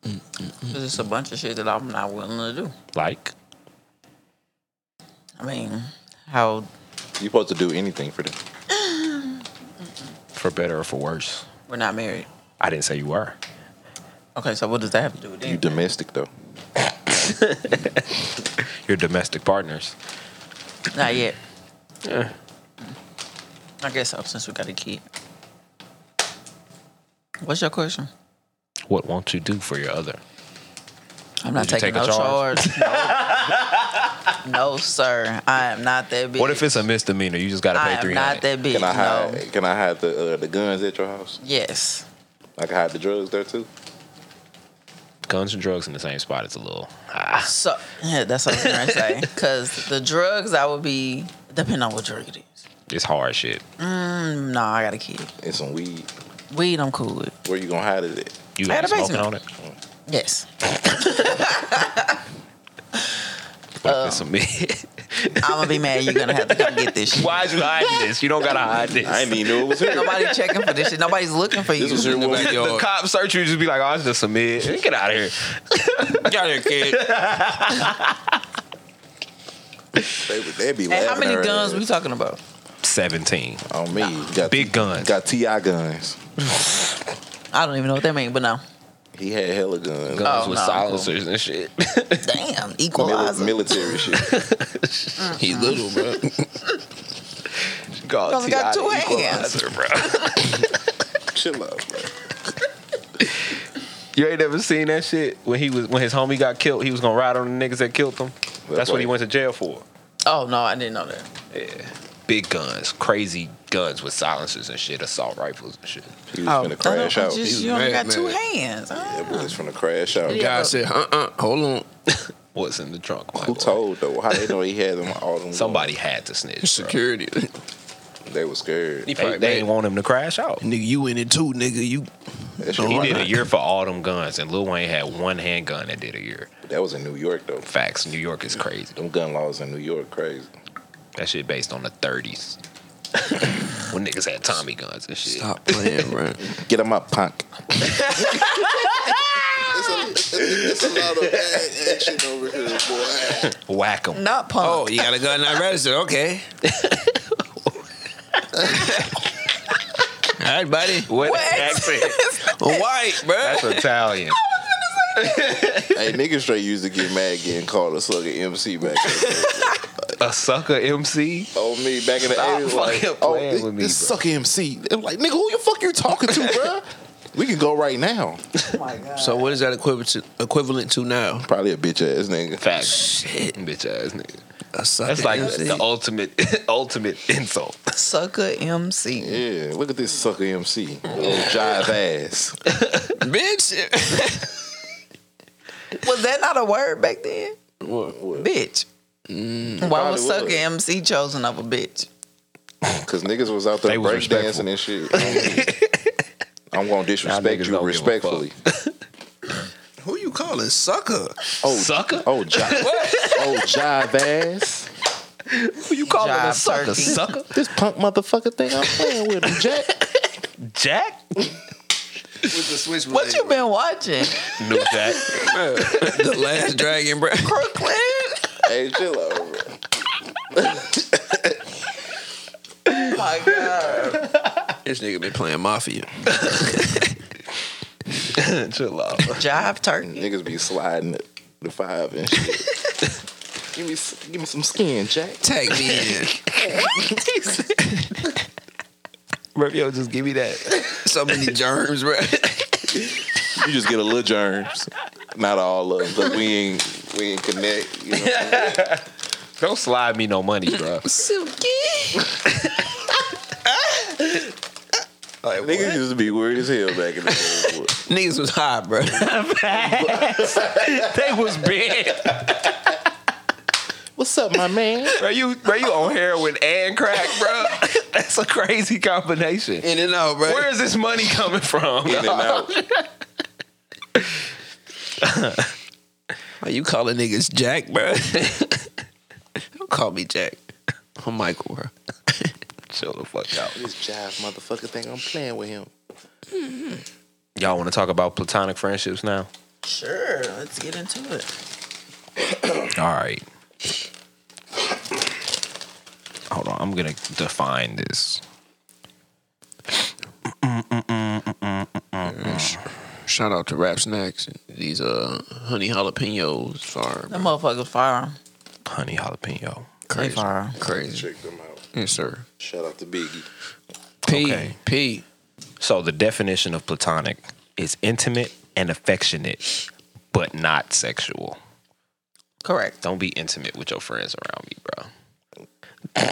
B: Cause it's a bunch of shit that I'm not willing to do.
C: Like?
B: I mean, how
A: You supposed to do anything for them.
C: For better or for worse?
B: we're not married.
C: I didn't say you were.
B: Okay, so what does that have to do with
A: You
B: it?
A: domestic though.
C: Your domestic partners.
B: Not yet. I guess so, since we got a kid. What's your question?
C: What won't you do for your other?
B: I'm not
C: Would you
B: taking
C: take a
B: no charge. No. No, sir. I am not that bitch.
C: What if it's a misdemeanor? You just gotta
B: I
C: pay
B: am
C: three
B: not
C: hundred.
B: that bitch.
A: Can I hide?
B: No.
A: Can I hide the uh, the guns at your house?
B: Yes.
A: I can hide the drugs there too.
C: Guns and drugs in the same spot. It's a little. ah,
B: So yeah, that's what I was gonna say. Cause the drugs I would be depending on what drug it is.
C: It's hard shit.
B: Mm, no, I got a kid.
A: And some weed.
B: Weed, I'm cool with.
A: Where you gonna hide it at?
C: You
B: I
C: ain't
B: got a
C: smoking on it.
B: Yes.
C: What
B: Uh,
C: if it's a mid?
B: I'm gonna be mad. You're gonna have to come get this shit.
C: Why is you hiding this? You don't gotta hide this.
A: I didn't even know it was here.
B: Nobody checking for this shit. Nobody's looking for you.
A: This was here when we,
C: the cop search you, just be like, "Oh, it's just a mid. Get out of here."
E: Get out of here, kid.
A: they, would be
B: Hey,
A: laughing.
B: how many
A: at her
B: guns
A: ass.
B: we talking about?
C: Seventeen.
A: on me? You Got
C: Big guns.
A: Got Ti guns.
B: I don't even know what that means, but no.
A: He had hella guns.
C: Guns
B: Oh,
C: with
B: no, I'm
C: silencers and shit.
B: Damn,
A: Mili-
B: equalizer.
A: military shit.
E: He little, bro.
B: Only got two hands.
C: Equalizer, bro.
A: Chill out, bro.
C: You ain't never seen that shit when he was when his homie got killed. He was gonna ride on the niggas that killed him. That's what he
A: right.
C: went to jail for.
B: Oh no, I didn't know that.
C: Big guns, crazy guns with silencers and shit, assault rifles and shit.
A: He was
B: Oh,
A: gonna crash
B: oh,
A: out.
B: Just,
E: was
B: you only
E: mad,
B: got two
E: mad.
B: hands. Ah.
A: That boy's gonna crash out.
E: Guy said, uh uh, hold on.
C: What's in the trunk? my
A: Who
C: boy?
A: told though? How they know he had them? All them.
C: Somebody had to snitch. bro.
E: Security.
A: guns? They were scared.
E: He-
C: They, they didn't want him to crash out.
E: nigga, you in it too, nigga. You
A: That, shit
C: He
A: was-
C: did a year for all them guns, and Lil Wayne had one handgun that did a year.
A: that was in New York though.
C: Facts. New York is crazy.
A: Them gun laws in New York crazy.
C: That shit based on the 30s. when niggas had Tommy guns and shit.
E: stop playing, bro.
A: Get him up, punk. it's, a, it's a lot of bad action over here, boy.
C: Whack them.
B: Not punk.
E: Oh, you got a gun not registered. Okay. All right, buddy.
C: What,
B: What?
C: accent?
E: White, bro.
C: That's Italian.
A: hey, niggas straight used to get mad getting called a sucker MC back in the day.
C: A sucker MC?
A: on Oh, me back in the
C: Stop
A: eighties.
C: fucking
A: Like, oh,
C: playing
A: this,
C: with me,
A: this
C: bro.
A: sucker MC. I'm like, nigga, who the fuck you talking to, bro? We can go right now.
E: So what is that equivalent to, equivalent to now?
A: Probably a bitch ass nigga.
C: Facts. Shit. Bitch ass nigga.
E: A sucker
C: That's like
E: MC.
C: the ultimate ultimate insult.
B: Sucker MC.
A: Yeah, look at this sucker MC. Little jive ass.
E: bitch.
B: Was that not a word back then? Bitch. Why was
A: Probably
B: sucker
A: was.
B: MC chosen of a bitch?
A: Cause niggas was out
C: They
A: there
C: was
A: break dancing and shit. I'm gonna
C: Y'all
A: disrespect you
C: niggas don't give a
A: respectfully.
E: Who you calling sucker?
A: Oh,
C: Sucker?
A: Oh, jive. oh, jive ass.
C: Who you calling
B: Jive
C: a sucker?
B: turkey.
C: Sucker?
A: This punk motherfucker think I'm playing with him, Jack.
C: Jack?
E: With the switch.
B: What you been watching?
C: New Jack.
E: The last dragon, bro.
B: Brooklyn?
A: hey, chill out, bro.
B: Oh my God.
E: This nigga been playing mafia.
C: Chill out.
B: Jive Turkey.
A: Niggas be sliding the five and shit. give me, s- give me some skin, Jack.
E: Tag me in.
C: Bro, yo, just give me that.
E: So many germs, bro.
A: You just get a little germs. Not all of them, but we ain't we ain't connect. You know?
C: Don't slide me no money, bro.
B: Suki.
E: Like, what?
A: Niggas used to be weird as hell back in the day. boy.
E: Niggas was high, bro.
H: they was big.
A: What's up, my man?
H: Bro, you, bro, you on heroin and crack, bro. That's a crazy combination.
E: In and out, bro.
H: Where is this money coming from?
A: In and out.
E: Why you calling niggas Jack, bro? Don't call me Jack. I'm Michael, bro.
H: Chill the fuck out.
A: This jive motherfucker think I'm playing with him.
C: Y'all want to talk about platonic friendships now?
B: Sure, let's get into it.
C: All right. Hold on, I'm gonna define this.
E: Shout out to Rap Snacks. These uh honey jalapenos are
B: That motherfucker's fire.
C: Honey jalapeno.
B: They fire.
E: crazy.
A: Check them out.
E: Yes, sir.
A: Shout out to Biggie.
E: P
C: Okay.
E: P.
C: So the definition of platonic is intimate and affectionate, but not sexual.
B: Correct.
C: Don't be intimate with your friends around me, bro.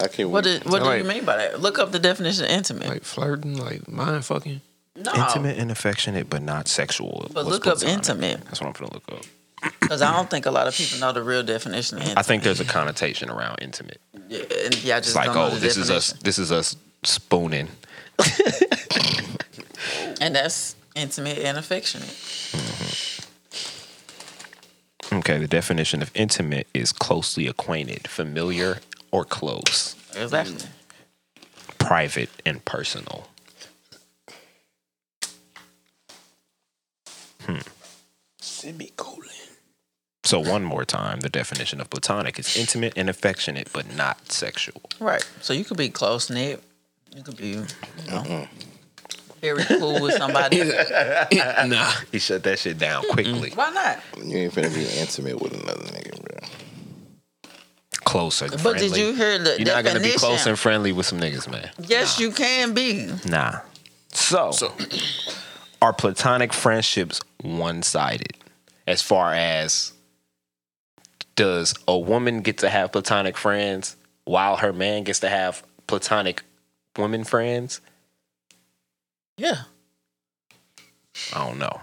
A: I can't
B: What
A: wait.
B: do, what do
E: Like-
B: you mean by that? Look up the definition of intimate.
E: Like flirting, like mind fucking.
B: no,
C: Intimate and affectionate, but not sexual.
B: Oh. But
C: What's
B: look up
C: platonic?
B: intimate
C: That's what I'm gonna look up.
B: because I don't think a lot of people know the real definition. Of intimate.
C: I think there's a connotation around intimate.
B: yeah, and yeah, I just
C: It's like,
B: don't know
C: oh,
B: the
C: this is us.
B: definition.
C: This is us spooning.
B: and that's intimate and affectionate.
C: Okay, the definition of intimate is closely acquainted, familiar or close,
B: Exactly.
C: Mm-hmm. private and personal.
E: Semicolon.
C: So one more time, the definition of platonic is intimate and affectionate, but not sexual.
B: Right. So you could be close knit. You could be, you know,
C: Mm-hmm.
B: very cool with somebody.
E: nah.
C: He shut that shit down quickly.
B: Why not?
A: You ain't finna be intimate with another nigga, bro.
C: Close and friendly.
B: But did you hear the
C: You're
B: definition?
C: not gonna be close and friendly with some niggas, man.
B: yes, you can be.
C: Nah. So,
E: So-
C: are platonic friendships one sided? As far as does a woman get to have platonic friends while her man gets to have platonic women friends?
B: Yeah.
C: I don't know.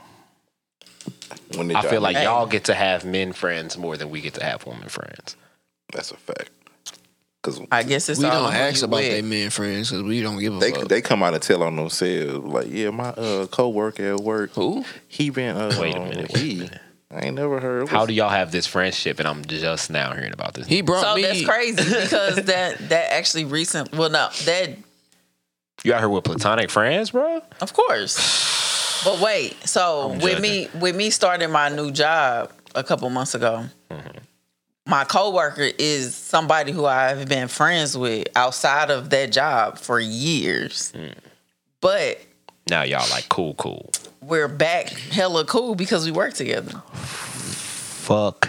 A: When did
C: I
A: y'all
C: feel like
A: meet?
C: y'all get to have men friends more than we get to have women friends.
A: that's a fact. Cause
B: I guess it's
E: We
B: all
E: don't
B: on who
E: ask
B: you
E: about
B: with.
E: their men friends because we don't give a
A: they
E: fuck.
A: they come out and tell on themselves like, yeah, my uh, coworker at work,
E: Who?
A: he been uh,
C: Wait a minute, wait a
A: he.
C: minute.
A: I ain't never heard.
C: How do y'all have this friendship? And I'm just now hearing about this.
E: He brought
B: So
E: me.
B: that's crazy because that that actually recent. Well, no, that
C: You out here with platonic friends, bro?
B: of course. But wait, so
C: I'm
B: with me with me starting my new job a couple months ago,
C: Mm-hmm.
B: my coworker is somebody who I've been friends with outside of that job for years,
C: Hmm.
B: but
C: Now y'all like cool, cool.
B: we're back hella cool because we work together.
C: Fuck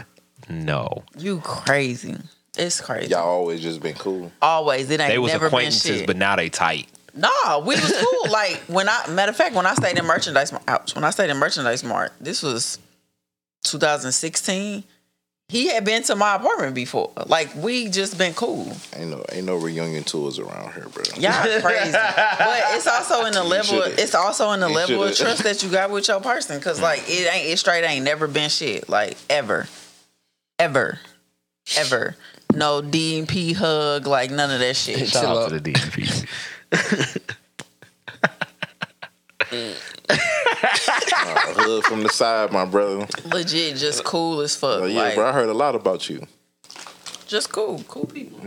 C: no.
B: You crazy? It's crazy.
A: y'all always just been cool?
B: Always, it ain't
C: They was
B: never been
C: acquaintances,
B: shit.
C: but now they tight.
B: Nah, we was cool. like when I matter of fact, when I stayed in merchandise Mar- ouch, when I stayed in merchandise mart, this was 2016. He had been to my apartment before. Like we just been cool.
A: Ain't no ain't no reunion tours around here, bro.
B: Y'all crazy. But it's also in the level
A: should've-
B: it's also in the
A: you
B: level of
A: should've-
B: trust that you got with your person. Cause like it ain't it straight ain't never been shit. Like ever. Ever. Ever. No D and P hug, like none of that shit.
E: Shout out to
C: the DMP.
A: Uh, hood from the side, my brother.
B: Legit just cool as fuck.
A: Uh, yeah,
B: like,
A: bro. I heard a lot about you.
B: just cool. Cool people.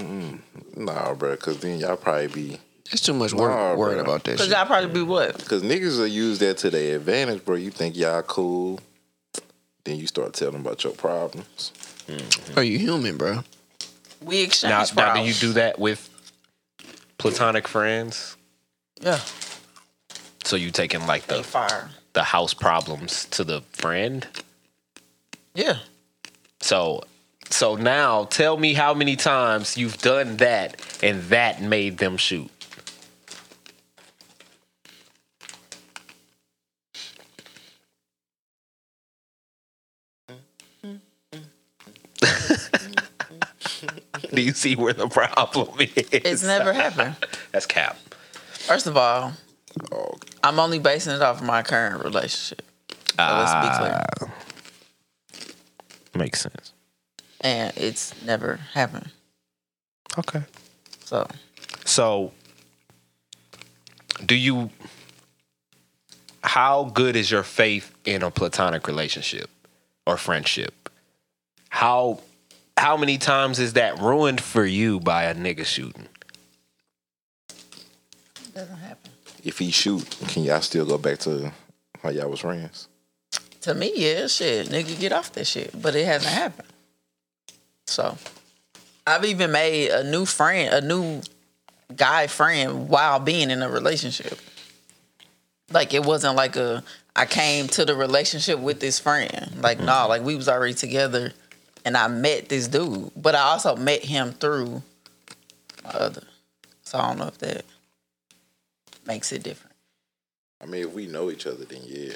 A: Nah, bro. Cause then y'all probably be
E: It's too much work,
A: Nah,
E: worried
A: bruh.
E: about that
B: Cause
E: shit.
B: y'all probably be what?
A: Cause niggas will use that to their advantage, bro. You think y'all cool, then you start telling about your problems.
E: Are Oh, you human, bro?
B: We exchange
C: now, now, do you
B: prowls.
C: do that with platonic friends?
B: Yeah,
C: So you taking like
B: they
C: the
B: fire.
C: the house problems to the friend?
B: Yeah,
C: So so now tell me how many times you've done that and that made them shoot. Do you see where the problem is?
B: it's never happened.
C: That's cap.
B: First of all,
A: Oh,
B: I'm only basing it off of my current relationship. So let's be clear.
C: Ah. Uh, Makes sense.
B: And it's never happened.
C: Okay.
B: So
C: So, do you? How good is your faith in a platonic relationship or friendship? How how many times is that ruined for you by a nigga shooting?
B: doesn't happen.
A: if he shoot, can y'all still go back to how y'all was friends?
B: To me, yeah, shit. Nigga, get off that shit. But it hasn't happened. So I've even made a new friend, a new guy friend while being in a relationship. Like it wasn't like a I came to the relationship with this friend. Like,
A: Mm-hmm.
B: no, like we was already together and I met this dude. But I also met him through my other. So I don't know if that makes it different.
A: I mean, if we know each other, then yeah,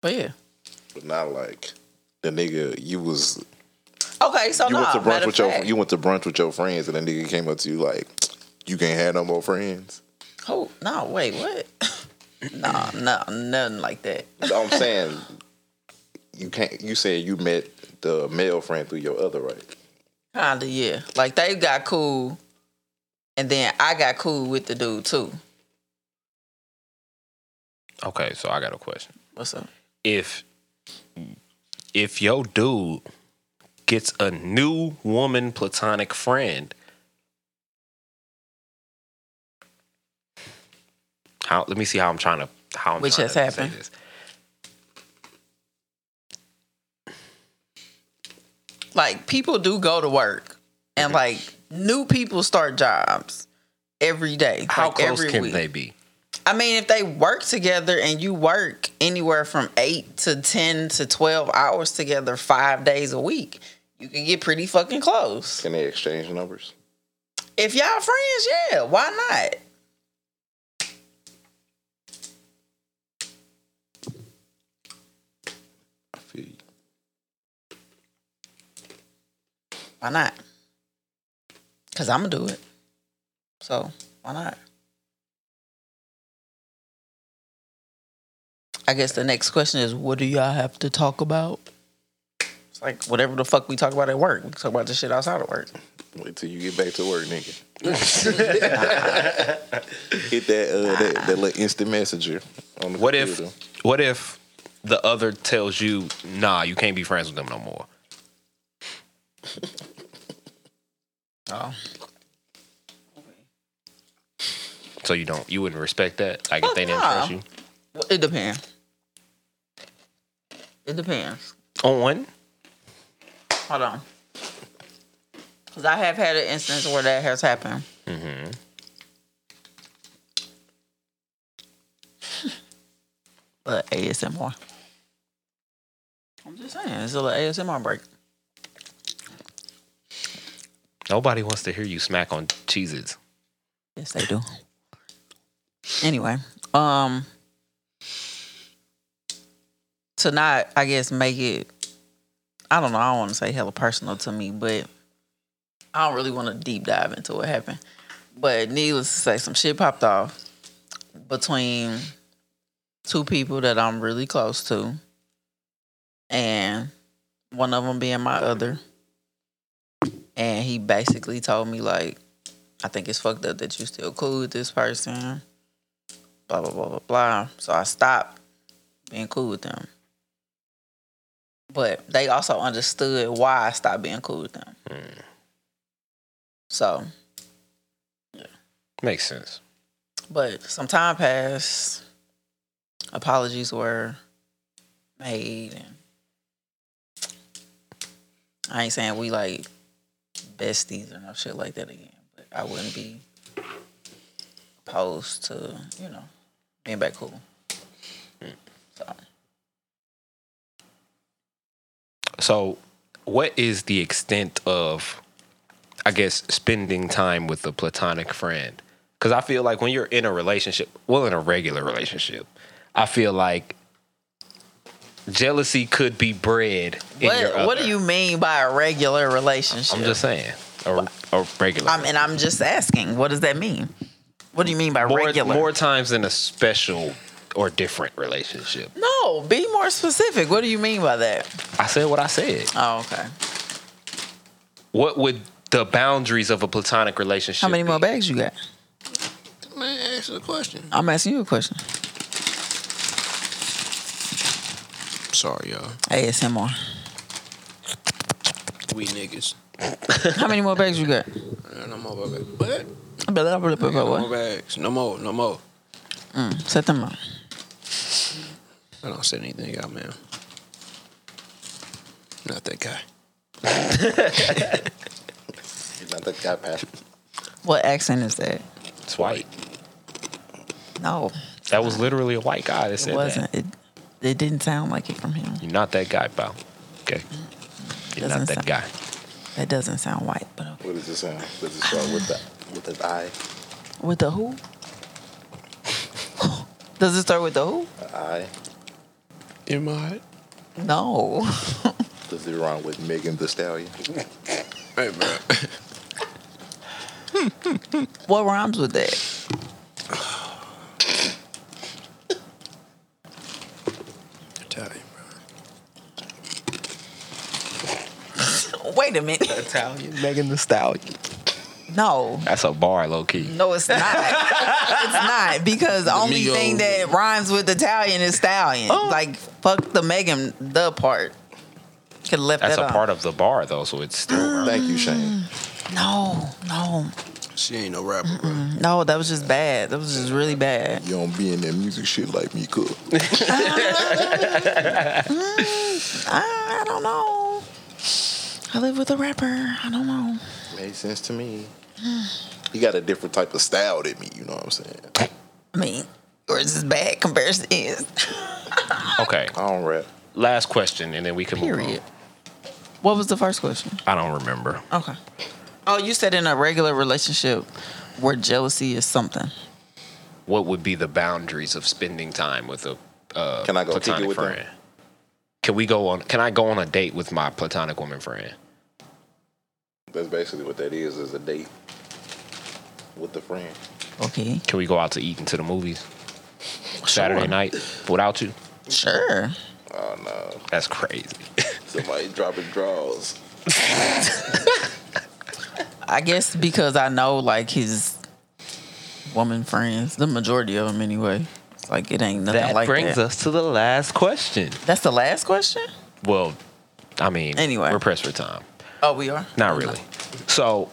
B: But yeah.
A: but not like the nigga you was
B: Okay, so
A: you
B: Oh, nah,
A: went to brunch
B: matter
A: with
B: of
A: your
B: fact,
A: you went to brunch with your friends, and that nigga came up to you like, you can't have no more friends.
B: Oh no! Wait, what? nah, no, nothing like that.
A: No, I'm saying you can't. You said you met the male friend through your other right.
B: Kinda, yeah. Like they got cool, and then I got cool with the dude too.
C: Okay, so I got a question.
B: What's up?
C: If if your dude gets a new woman platonic friend, how let me see how I'm trying to how I'm
B: Which
C: trying
B: has
C: to say
B: happened.
C: this.
B: Like people do go to work, and like new people start jobs every day.
C: How
B: like,
C: close
B: every
C: can
B: week.
C: they be?
B: I mean, if they work together and you work anywhere from eight to ten to twelve hours together, five days a week, you can get pretty fucking close.
A: Can they exchange numbers?
B: If y'all friends, yeah, why not?
A: I feel you.
B: Why not? Cause I'm gonna do it. So why not? I guess the next question is, what do y'all have to talk about? It's like whatever the fuck we talk about at work. We can talk about the shit outside of work.
A: Wait till you get back to work, nigga. Hit that uh, that, that little instant messenger. On the
C: What if
A: computer.
C: what if the other tells you, nah, you can't be friends with them no more?
B: Oh,
C: So you don't you wouldn't respect that? Like if
B: Fuck
C: they didn't
B: nah.
C: trust you?
B: well, it depends. It depends.
C: On
B: Hold on, because I have had an instance where that has happened. But ASMR. I'm just saying, it's a little ASMR break.
C: nobody wants to hear you smack on Cheez Its.
B: Yes, they do. Anyway, um, to not, I guess, make it. I don't know. I don't want to say hella personal to me, but I don't really want to deep dive into what happened. But needless to say, some shit popped off between two people that I'm really close to, and one of them being my other. And he basically told me like, I think it's fucked up that you still cool with this person. Blah blah blah blah blah. So I stopped being cool with them. But they also understood why I stopped being cool with them. So,
C: Makes sense.
B: but some time passed. Apologies were made, and I ain't saying we like besties or no shit like that again. But I wouldn't be opposed to you know being back cool. So
C: So what is the extent of I guess spending time with a platonic friend? Cause I feel like when you're in a relationship, well in a regular relationship, I feel like jealousy could be bred in your
B: what what
C: other.
B: do you mean by a regular relationship?
C: I'm just saying. A, a regular.
B: I'm, and I'm just asking, what does that mean? What do you mean by
C: more
B: regular?
C: more times than a special or different relationship.
B: no, be more specific. What do you mean by that?
C: I said what I said.
B: Oh, okay.
C: What would the boundaries of a platonic relationship?
B: How many
C: be?
B: more bags you got?
E: Man, ask the question.
B: I'm asking you a question.
E: Sorry, y'all.
B: ASMR.
E: We niggas.
B: How many more bags you got?
E: Uh, No more bags. What?
B: Blah, blah, blah, blah,
E: No
B: what?
E: more bags. No more. No more.
B: Mm, set them up.
E: I don't say anything out, man. Not that guy.
A: Not that guy, man.
B: What accent is that?
C: It's white.
B: No,
C: That was literally a white guy that said
B: it wasn't.
C: that.
B: It, it didn't sound like it from him.
C: You're not that guy, pal. Okay. You're
B: Doesn't
C: not that
B: sound-
C: guy.
B: That doesn't sound white, but okay.
A: What is this sound? Does it start with the with the I?
B: With the who? Does it start with the who?
A: The I?
E: In my heart.
B: No.
A: Does it rhyme with Megan the Stallion?
E: Hey, bro.
B: What rhymes with that?
E: Italian, bro.
B: Wait a minute.
C: Italian Megan the Stallion.
B: No.
C: That's a bar, low key.
B: No, it's not. it's not because the only
E: Migos.
B: thing that rhymes with Italian is stallion.
C: Oh.
B: Like fuck the Megan the part. Could left
C: That's
B: that uh,
C: a
B: out.
C: part of the bar though, so it's still.
A: Thank you, Shane.
B: No, no,
E: She ain't no rapper, bro.
B: no. That was just bad. That was just really bad.
A: You don't be in that music shit like me, cook.
B: I, I don't know. I live with a rapper. I don't know.
A: Made sense to me. You got a different type of style than me. You know what I'm saying?
B: I mean, yours is bad compared to his.
C: okay.
A: I don't rap.
C: Last question, and then we can move
B: Period.
C: on.
B: What was the first question?
C: I don't remember.
B: Okay. Oh, you said in a regular relationship where jealousy is something.
C: What would be the boundaries of spending time with a uh,
A: Can I go kick it
C: platonic
A: with them?
C: friend? Can we go on? Can I go on a date with my platonic woman friend?
A: That's basically what that is. Is a date with a friend.
B: Okay.
C: Can we go out to eat and to the movies Saturday night without you?
B: Sure.
A: Oh no!
C: That's crazy.
A: Somebody dropping draws.
B: I guess because I know like his woman friends, the majority of them anyway. It's like it ain't nothing
C: that
B: like
C: brings
B: that.
C: us to the last question.
B: That's the last question.
C: Well, I mean,
B: Anyway.
C: we're pressed for time.
B: Oh, we are
C: Not really. So,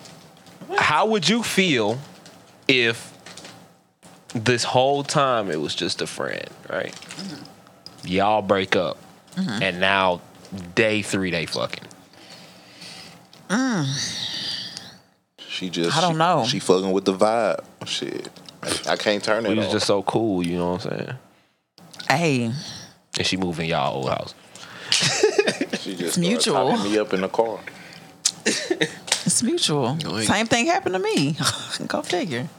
C: how would you feel if this whole time it was just a friend, right? Mm-hmm. Y'all break up, Mm-hmm. and now day three they fucking.
A: She just.
B: I don't
A: she-
B: know.
A: She fucking with the vibe. Shit. I can't turn it.
C: We was
A: off.
C: just so cool, you know what I'm saying?
B: Hey,
C: And she moving y'all old house.
A: She just
B: It's
A: started
B: mutual.
A: talking me up in the car.
B: it's mutual.
E: Yoink.
B: Same thing happened to me. Go figure.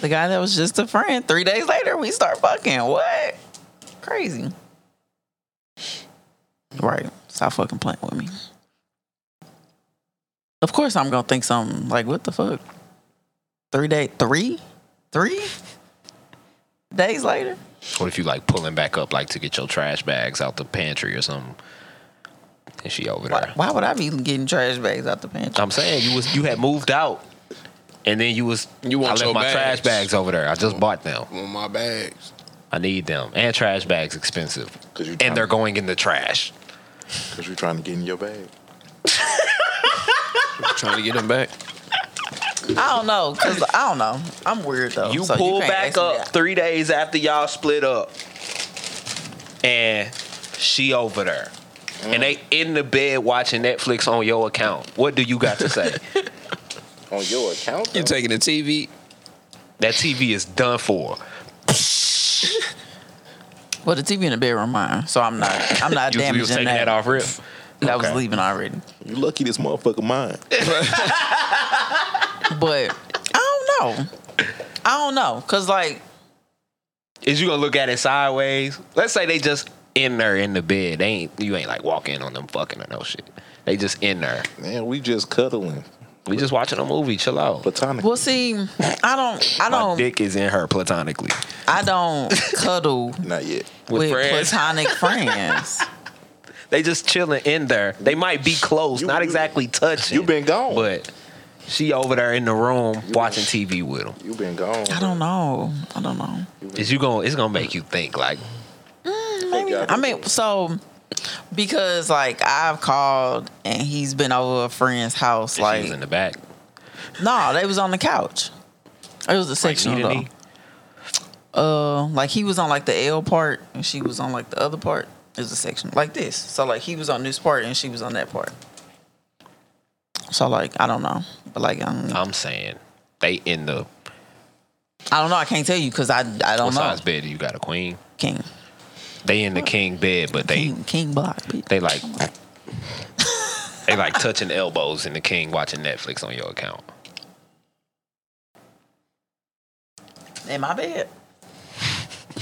B: The guy that was just a friend. Three days later, we start fucking. What? Crazy. Right. Stop fucking playing with me. Of course, I'm gonna think something like, "What the fuck?" Three day, three, three days later.
C: What if you like pulling back up, like to get your trash bags out the pantry or something? And she over there.
B: Why, why would I be getting trash bags out the pantry?
C: I'm saying you was you had moved out, and then you was
E: You want
C: I left
E: your
C: my
E: bags.
C: trash bags over there. I just bought them.
E: Want my bags.
C: I need them. And trash bags expensive.
A: 'Cause you tryna-
C: and they're going in the trash.
A: Cause you trying to get in your bag.
E: Trying to get them back.
B: I don't know, cause I don't know. I'm weird though.
C: You
B: Oh, so
C: pull
B: can't ask
C: back
B: me
C: up
B: that.
C: three days after y'all split up. And she over there. And they in the bed watching Netflix on your account. What do you got to say?
A: On your account.
E: You
A: though?
E: taking the TV?
C: that TV is done for.
B: Well, the TV in the bedroom, mine. So I'm not. I'm not
C: You, you
B: damaging
C: was taking that, off rip.
B: That was
C: Okay.
B: leaving already.
A: you lucky this motherfucker mine.
B: But I don't know. I don't know, cause like
C: Is you gonna look at it sideways? Let's say they just in there in the bed. They ain't you ain't like walk in on them fucking or no shit. They just in there.
A: Man, we just cuddling.
C: We just watching a movie. Chill out.
A: Platonic.
B: Well, see, I don't, I
C: My
B: don't,
C: dick is in her platonically.
B: I don't cuddle
A: Not yet.
B: with,
C: friends.
B: platonic friends.
C: They just chilling in there. They might be close,
A: You-
C: not
A: you-
C: exactly touching.
A: you been gone.
C: but she over there in the room watching TV with him.
A: You been gone.
B: I don't know. I don't know.
C: Is you going? to It's gonna make you think. Like
B: Maybe.
A: y'all
B: I mean, so because like I've called and he's been over a friend's house.
C: like
B: Like,
C: she's in the back.
B: no, they was on the couch. It was a
C: Like,
B: sectional
C: knee to
B: though.
C: knee?
B: Uh, like he was on like the L part and she was on like the other part. It was a section like this. So like he was on this part and she was on that part. So like I don't know, but like um, I don't,
C: I'm saying they in
B: Oh,
C: the
B: I don't know. I can't tell you because I I
C: what
B: don't know.
C: size bed? You got a queen.
B: King
C: They in the king bed, but they
B: King King Block. bitch.
C: they like they like touching elbows in the king watching Netflix on your account.
B: in my bed.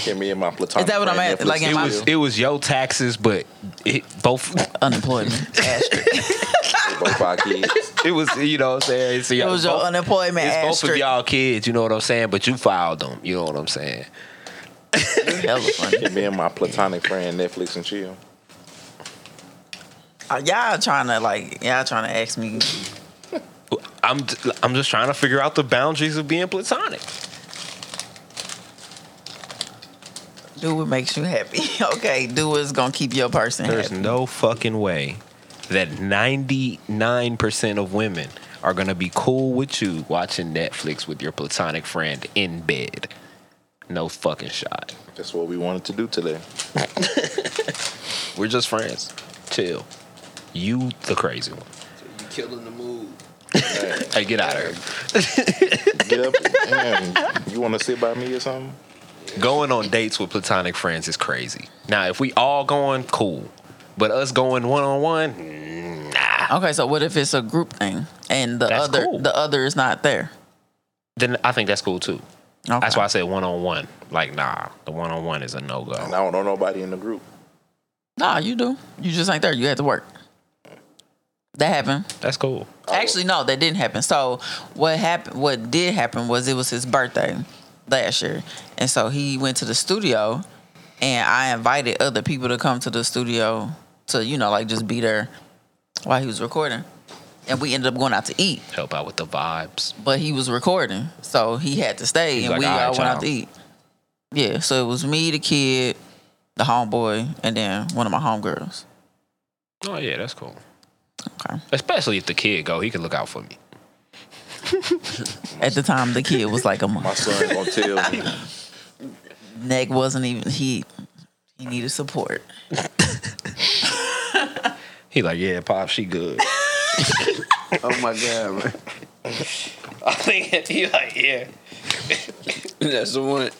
A: Get me and my platonic.
B: Is that what I'm
A: friend
B: at? Like,
A: Netflix
B: am
C: It
B: I-
C: was it was your taxes, but it both
B: Unemployment. asterisk.
A: with both our kids.
C: it was you know what I'm saying. It's
B: it
C: y'all-
B: was your
C: both-
B: unemployment.
C: It's both of
B: asterisk.
C: y'all kids, you know what I'm saying, but you filed them, you know what I'm saying.
B: Hella funny.
A: Get me and my platonic friend Netflix and chill.
B: Uh, y'all trying to like y'all trying to ask me.
C: I'm j- I'm just trying to figure out the boundaries of being platonic.
B: Do what makes you happy. okay, do what's gonna keep your person
C: There's
B: happy.
C: no fucking way that 99% of women are going to be cool with you watching Netflix with your platonic friend in bed. No fucking shot.
A: That's what we wanted to do today.
C: We're just friends. Chill. You the crazy one.
E: You killing the mood.
C: Hey, get out of here.
A: Get up. Damn, you want to sit by me or something?
C: Going on dates with platonic friends is crazy. Now, if we all going, cool. But us going one on one, nah.
B: Okay, so what if it's a group thing and the
C: That's
B: other
C: cool.
B: the other is not there?
C: Then I think that's cool too.
B: Okay.
C: That's why I said one on one. Like, nah, the one on one is a no go.
A: And I don't know nobody in the group.
B: Nah, you do. You just ain't there. You had to work. That happened.
C: That's cool.
B: Actually, no, that didn't happen. So what happened? What did happen was it was his birthday last year, and so he went to the studio, and I invited other people to come to the studio to you know like just be there while he was recording, and we ended up going out to eat.
C: Help out with the vibes.
B: but he was recording, so he had to stay, and
C: He's like,
B: we
C: "All
B: all,
C: right,
B: went out
C: y'all."
B: to eat. Yeah, so it was me, the kid, the homeboy, and then one of my homegirls.
C: Oh yeah, that's cool.
B: Okay,
C: Especially if the kid go, he can look out for me.
B: at the time, the kid was like a
A: My
B: month.
A: son gonna tell me.
B: Neck wasn't even he. He needed support.
C: He like, yeah, pop, she good.
E: Oh my god, man.
H: I think he like, yeah.
E: That's the one.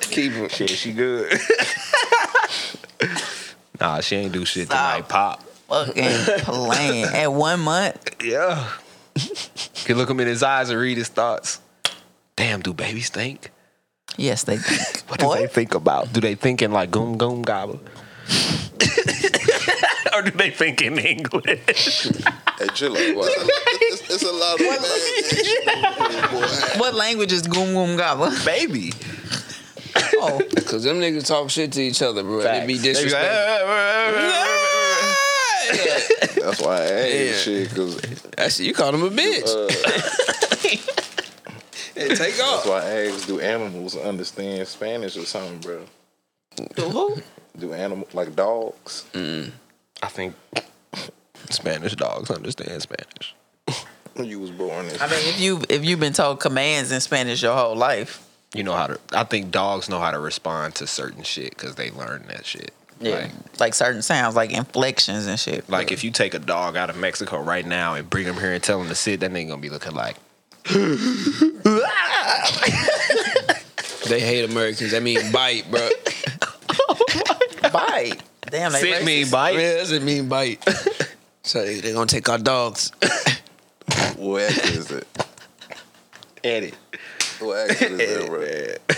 E: Keep it.
C: Shit, she good. nah, she ain't do shit
B: Stop.
C: tonight, pop.
B: Fucking playing at one month.
C: Yeah. can look him in his eyes and read his thoughts. Damn, do babies think?
B: Yes, they think.
C: What do they think about? Do they think in like goom goom gobble? or do they think in English?
A: Hey, chill out. boy. It's, it's a lot of bad.
B: What language is goom goom gobble?
C: Baby.
B: Oh,
E: Cause them niggas talk shit to each other, bro. They be
C: Facts. They be like,
E: disrespectful.
A: That's why I hate
E: Yeah.
A: shit because
E: That's you called him a bitch. hey, take
A: that's
E: off.
A: why I asked, do animals understand Spanish or something, bro?
B: who?
A: Do animal like dogs?
C: I think Spanish dogs understand Spanish.
A: You was born in
B: Mm. I mean, if you if you've been told commands in Spanish your whole life,
C: you know how to. I think dogs know how to respond to certain shit because they learn that shit.
B: Yeah.
C: Like,
B: Like, certain sounds, like inflections and shit.
C: like if you take a dog out of Mexico right now and bring him here and tell him to sit, that nigga gonna be looking like
E: They hate Americans. That mean bite, bro.
B: bite. Damn, they
C: sit me,
B: racist.
E: yeah,
C: bite.
E: that's a mean bite. So they they gonna take our dogs.
A: what accent is it?
C: Edit.
A: What accent is that, bro?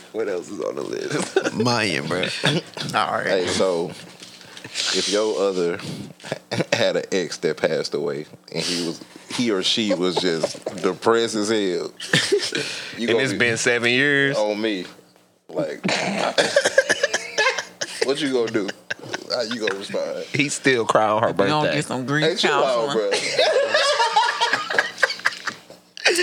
C: What else is on the list?
E: Mayan, bro.
B: All right.
A: Hey, so if your other had an ex that passed away, and he was he or she was just depressed as hell. You
C: And
A: gonna
C: it's
A: be
C: been seven years.
A: on me, like what you gonna do? How you gonna respond?
C: He still cry on her
B: You gonna
C: birthday.
B: get some grief
A: Hey, chill out,
B: counseling.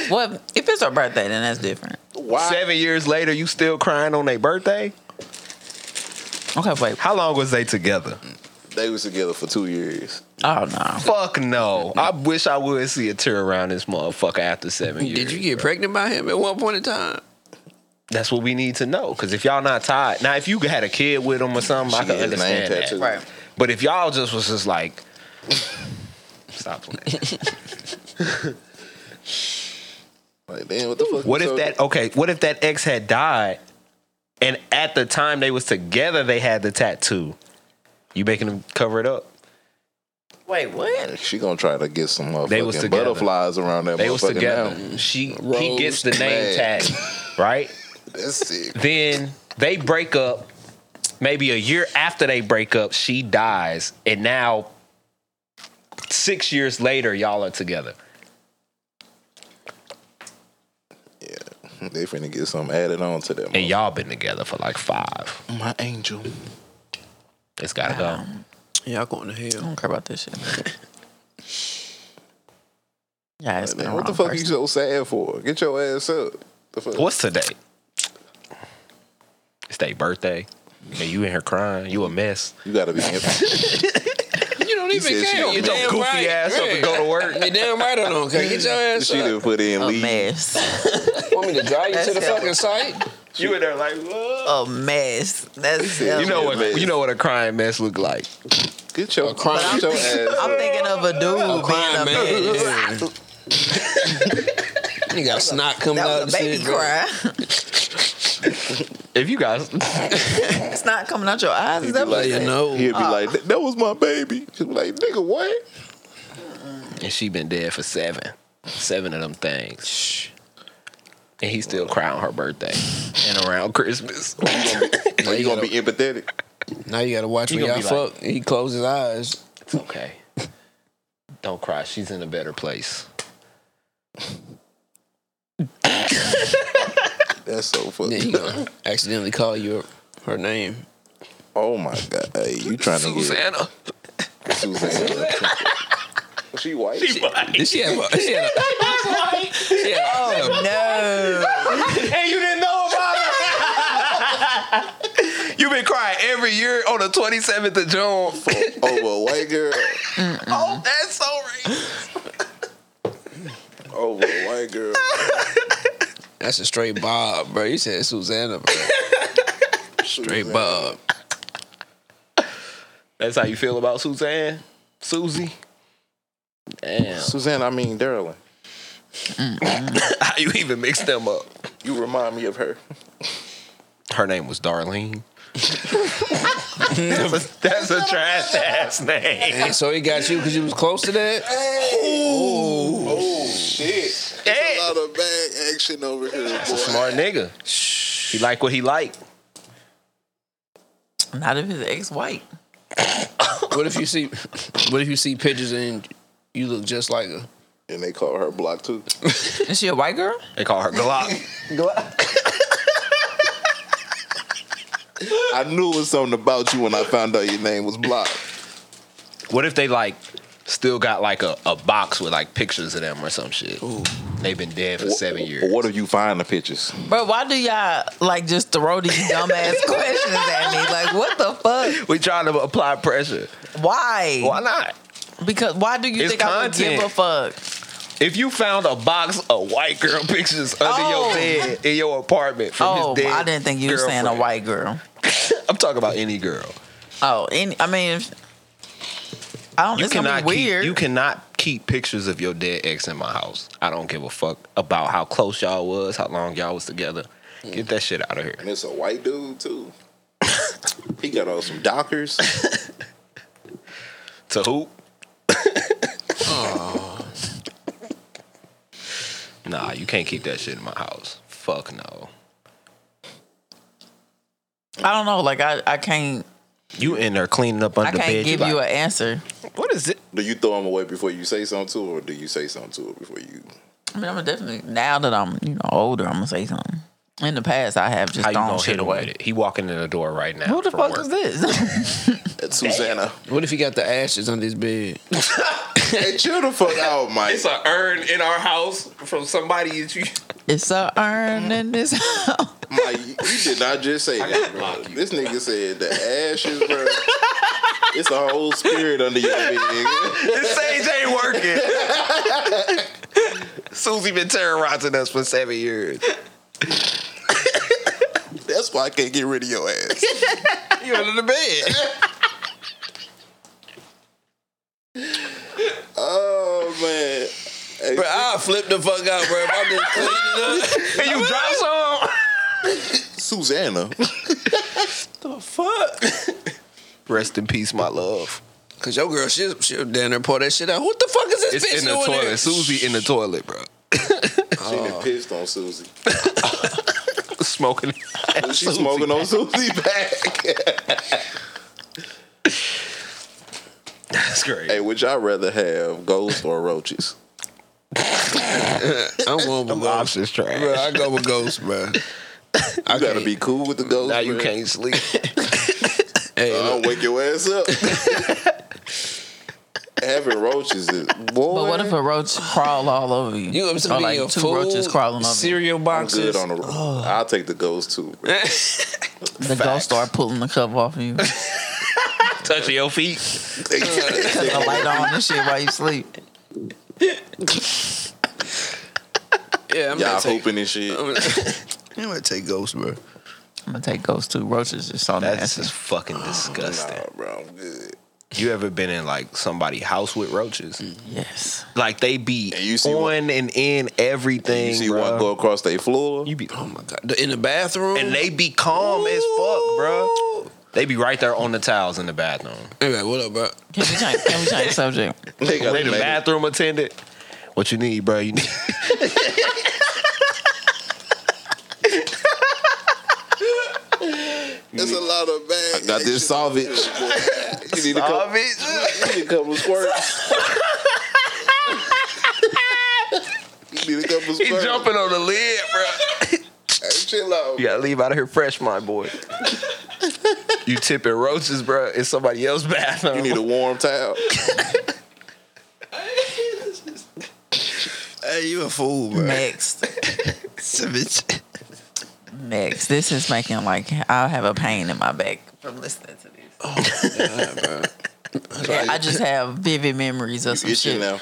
A: bro.
B: Well, if it's her birthday, then that's different.
A: Why?
C: Seven years later, you still crying on their birthday?
B: Okay, wait.
C: How long was they together?
A: They was together for two years.
B: Oh no.
C: Fuck no. I wish I would see a tear around this motherfucker after seven years.
E: Did you get pregnant by him at one point in time?
C: That's what we need to know. Because if y'all not tied, now if you had a kid with him or something, I
A: She
C: can
A: had his name
C: understand that.
A: tattooed.
B: Right.
C: But if y'all just was just like, stop playing.
A: Like, damn, what the fuck?
C: What
A: you
C: if
A: told-
C: that? Okay. What if that ex had died, and at the time they was together, they had the tattoo. You making them cover it up?
B: Wait, what?
A: She gonna try to get some
C: They was
A: motherfucking
C: together.
A: butterflies around that
C: They
A: motherfucking
C: was together.
A: mountain.
C: She he
A: Rose
C: gets the name
A: man.
C: tag, right?
A: That's sick.
C: Then they break up. Maybe a year after they break up, she dies, and now six years later, y'all are together.
A: Yeah, they finna get something added on to that.
C: and y'all been together for like five.
A: my angel.
C: It's gotta go.
E: Y'all going to
B: I
E: hell.
B: don't care about this shit. yeah, it's been
A: Man, what the fuck you so sad for? Get your ass up. The fuck?
C: What's today? It's their birthday, and you in here crying. You a mess.
A: You gotta be empty.
E: You don't even
A: said she
E: care.
A: don't
E: You
A: know.
E: damn
C: Goofy
E: right.
C: ass up and
E: Right.
C: go to work.
E: You damn right I don't care. Get your ass
A: she
E: up.
A: didn't put in
B: A
A: leave.
B: mess.
E: Want me to drive you to the
B: That's hell.
E: fucking site?
C: You in there like,
B: A
C: what?
B: mess. That's
A: You
C: You know
A: Yeah,
C: what?
A: mess.
C: You know what a crying mess look like.
A: Get your,
E: crime.
A: get your ass up.
B: I'm thinking of a dude being a
E: Crying
B: mess.
E: man. You got snot coming
B: That
E: out.
B: was a baby cry.
C: If you guys,
B: it's not coming out your eyes. Is
A: He'd be
B: that what
A: like,
B: you
E: You
B: know?
E: know.
A: He'd be like, that that was my baby. She'd be like, nigga, what?
C: and she been dead for seven, seven of them things, and he still cry on her birthday and around Christmas.
A: Are you gonna be empathetic?
E: Now you gotta watch
C: You
E: when y'all
C: gonna be like-
E: fuck. He closed his eyes.
C: It's okay. Don't cry. She's in a better place.
A: That's so
E: Then he
A: fucking.
E: gonna accidentally call you her name.
A: Oh my god, hey, you trying to get
C: Susanna.
A: Suzanne? she white.
E: Did she have a, she had a, she had a
B: No.
C: and you didn't know about it. You've been crying every year on the 27th of June.
A: over a white girl.
C: Oh, that's so racist.
A: Over a white girl.
E: That's a straight Bob, bro. You said Susanna, bro. Straight Bob.
C: That's how you feel about Suzanne? Susie? Damn.
A: Suzanne, I mean Darylin.
C: How you even mix them up?
A: You remind me of her.
C: Her name was Darlene. that's, a, that's a trash ass name.
E: And so he got you because you was close to that.
A: Oh shit!
C: Hey.
A: A lot of bad action over here, boy.
C: Smart nigga. He like what he like.
B: Not if his ex white.
E: What if you see? What if you see pictures and you look just like her?
A: And they call her Block Two.
B: Is she a white girl?
C: They call her Glock.
A: I knew it was something about you when I found out your name was Block.
C: What if they like still got like a, a box with like pictures of them or some shit? They've been dead for seven years.
A: What if you find the pictures?
B: Bro, why do y'all like just throw these dumbass questions at me? Like, what the fuck?
C: we trying to apply pressure.
B: Why?
C: Why not?
B: Because why do you
C: It's
B: think I would
C: content.
B: give a fuck?
C: If you found a box of white girl pictures under
B: Oh.
C: your bed in your apartment from
B: oh,
C: his dead
B: I didn't think you were saying a
C: girlfriend.
B: white girl.
C: I'm talking about any girl.
B: Oh, any, I mean, if- I don't.
C: You
B: it's gonna
C: cannot
B: be weird.
C: keep you cannot keep pictures of your dead ex in my house. I don't give a fuck about how close y'all was, how long y'all was together. Get that shit out of here.
A: And it's a white dude too. he got on some Dockers.
C: To who? nah, you can't keep that shit in my house. Fuck no.
B: I don't know. Like, I, I can't.
C: You in there cleaning up under
B: I
C: the
B: can't
C: bed.
B: give you an answer.
C: a, what is is it?
A: Do you throw them away before you say something to it, or do you say something to it before you?
B: I mean, I'm definitely now that I'm you know older, I'm gonna say something. In the past, I have just
C: How you
B: thrown
C: gonna
B: shit
C: hit him
B: away.
C: with it? He walking in the door right now.
B: Who the
C: from
B: fuck
C: work.
B: is this?
A: At Susanna,
E: What if he got the ashes under his bed?
A: hey, chill the fuck out, Mike.
H: It's an urn in our house from somebody that you.
B: it's a urn in this house.
A: Mike, you you did not just say that, bro. This nigga said the ashes, bro. it's a whole spirit under your bed. nigga.
H: This sage ain't working. Susie been terrorizing us for seven years.
A: That's why I can't get rid of your ass.
E: you under the bed.
A: Oh man, Hey,
E: bro, I'll flip the fuck out, bro. If I'm just cleaning up.
H: And you drop some.
A: Susanna.
H: Rest in peace, my love.
E: Cause your girl, she, she down there pour that shit out. What the fuck is this
C: It's
E: bitch
C: in the
E: doing
C: toilet.
E: there?
C: Susie in the toilet, bro.
A: She been pissed on Susie.
C: Smoking.
A: She smoking on Susie back.
C: That's great.
A: hey, would y'all rather have ghosts or roaches?
E: I'm going with ghosts.
C: Lobster's trash.
E: Bro, I go with ghosts, bro.
A: You gotta be cool with the ghosts.
E: Now you
A: bruh.
E: can't sleep. hey,
A: I
E: look,
A: don't wake your ass up. Having roaches is boy.
B: But what if a roach crawl all over you?
E: you up to
B: or
E: be
B: Oh, like
E: a
B: two
E: fool,
B: roaches crawling over
E: cereal
A: I'm good
E: boxes.
A: on the road. I'll take the ghost too. bruh.
B: you. The ghost start pulling the cover off of you. Cut
C: Touching your feet.
B: the light on and shit while you sleep.
E: yeah,
A: Y'all
E: I'm gonna take.
A: hooping and shit.
E: I'm gonna, I'm gonna take ghosts, bro.
B: I'm gonna take ghosts too. Roaches just so
C: That's
B: nasty.
C: just fucking disgusting.
A: Nah, bro, I'm good.
C: Oh, You ever been in like somebody house with roaches?
B: Mm. Yes.
C: Like they be
A: And you see
C: on
A: one-
C: and in everything.
A: You see
C: bro.
A: one go across their floor.
C: You be
E: Oh my god, The- in the bathroom,
C: and they be calm as fuck, bro. They be right there on the towels in the bathroom.
E: They like, what up, bro?
B: Can we change, can we change subject?
A: they got
C: They the bathroom attendant. What you need, bro? You need.
A: There's a lot of bad. I got this salvage. you need a couple, you need a couple squirts. you need a couple squirts.
H: He jumping on the lid, bro.
A: Hey, chill out.
H: You gotta leave out of here fresh, my boy. you tipping roaches, bro. It's somebody else's bathroom.
A: You need a warm towel.
E: Hey, you a fool, bro?
B: Next.
E: This bitch.
B: Next. This is making like I'll have a pain in my back from listening to this. Yeah, I just have vivid memories of some
A: Itching
B: shit.
A: now.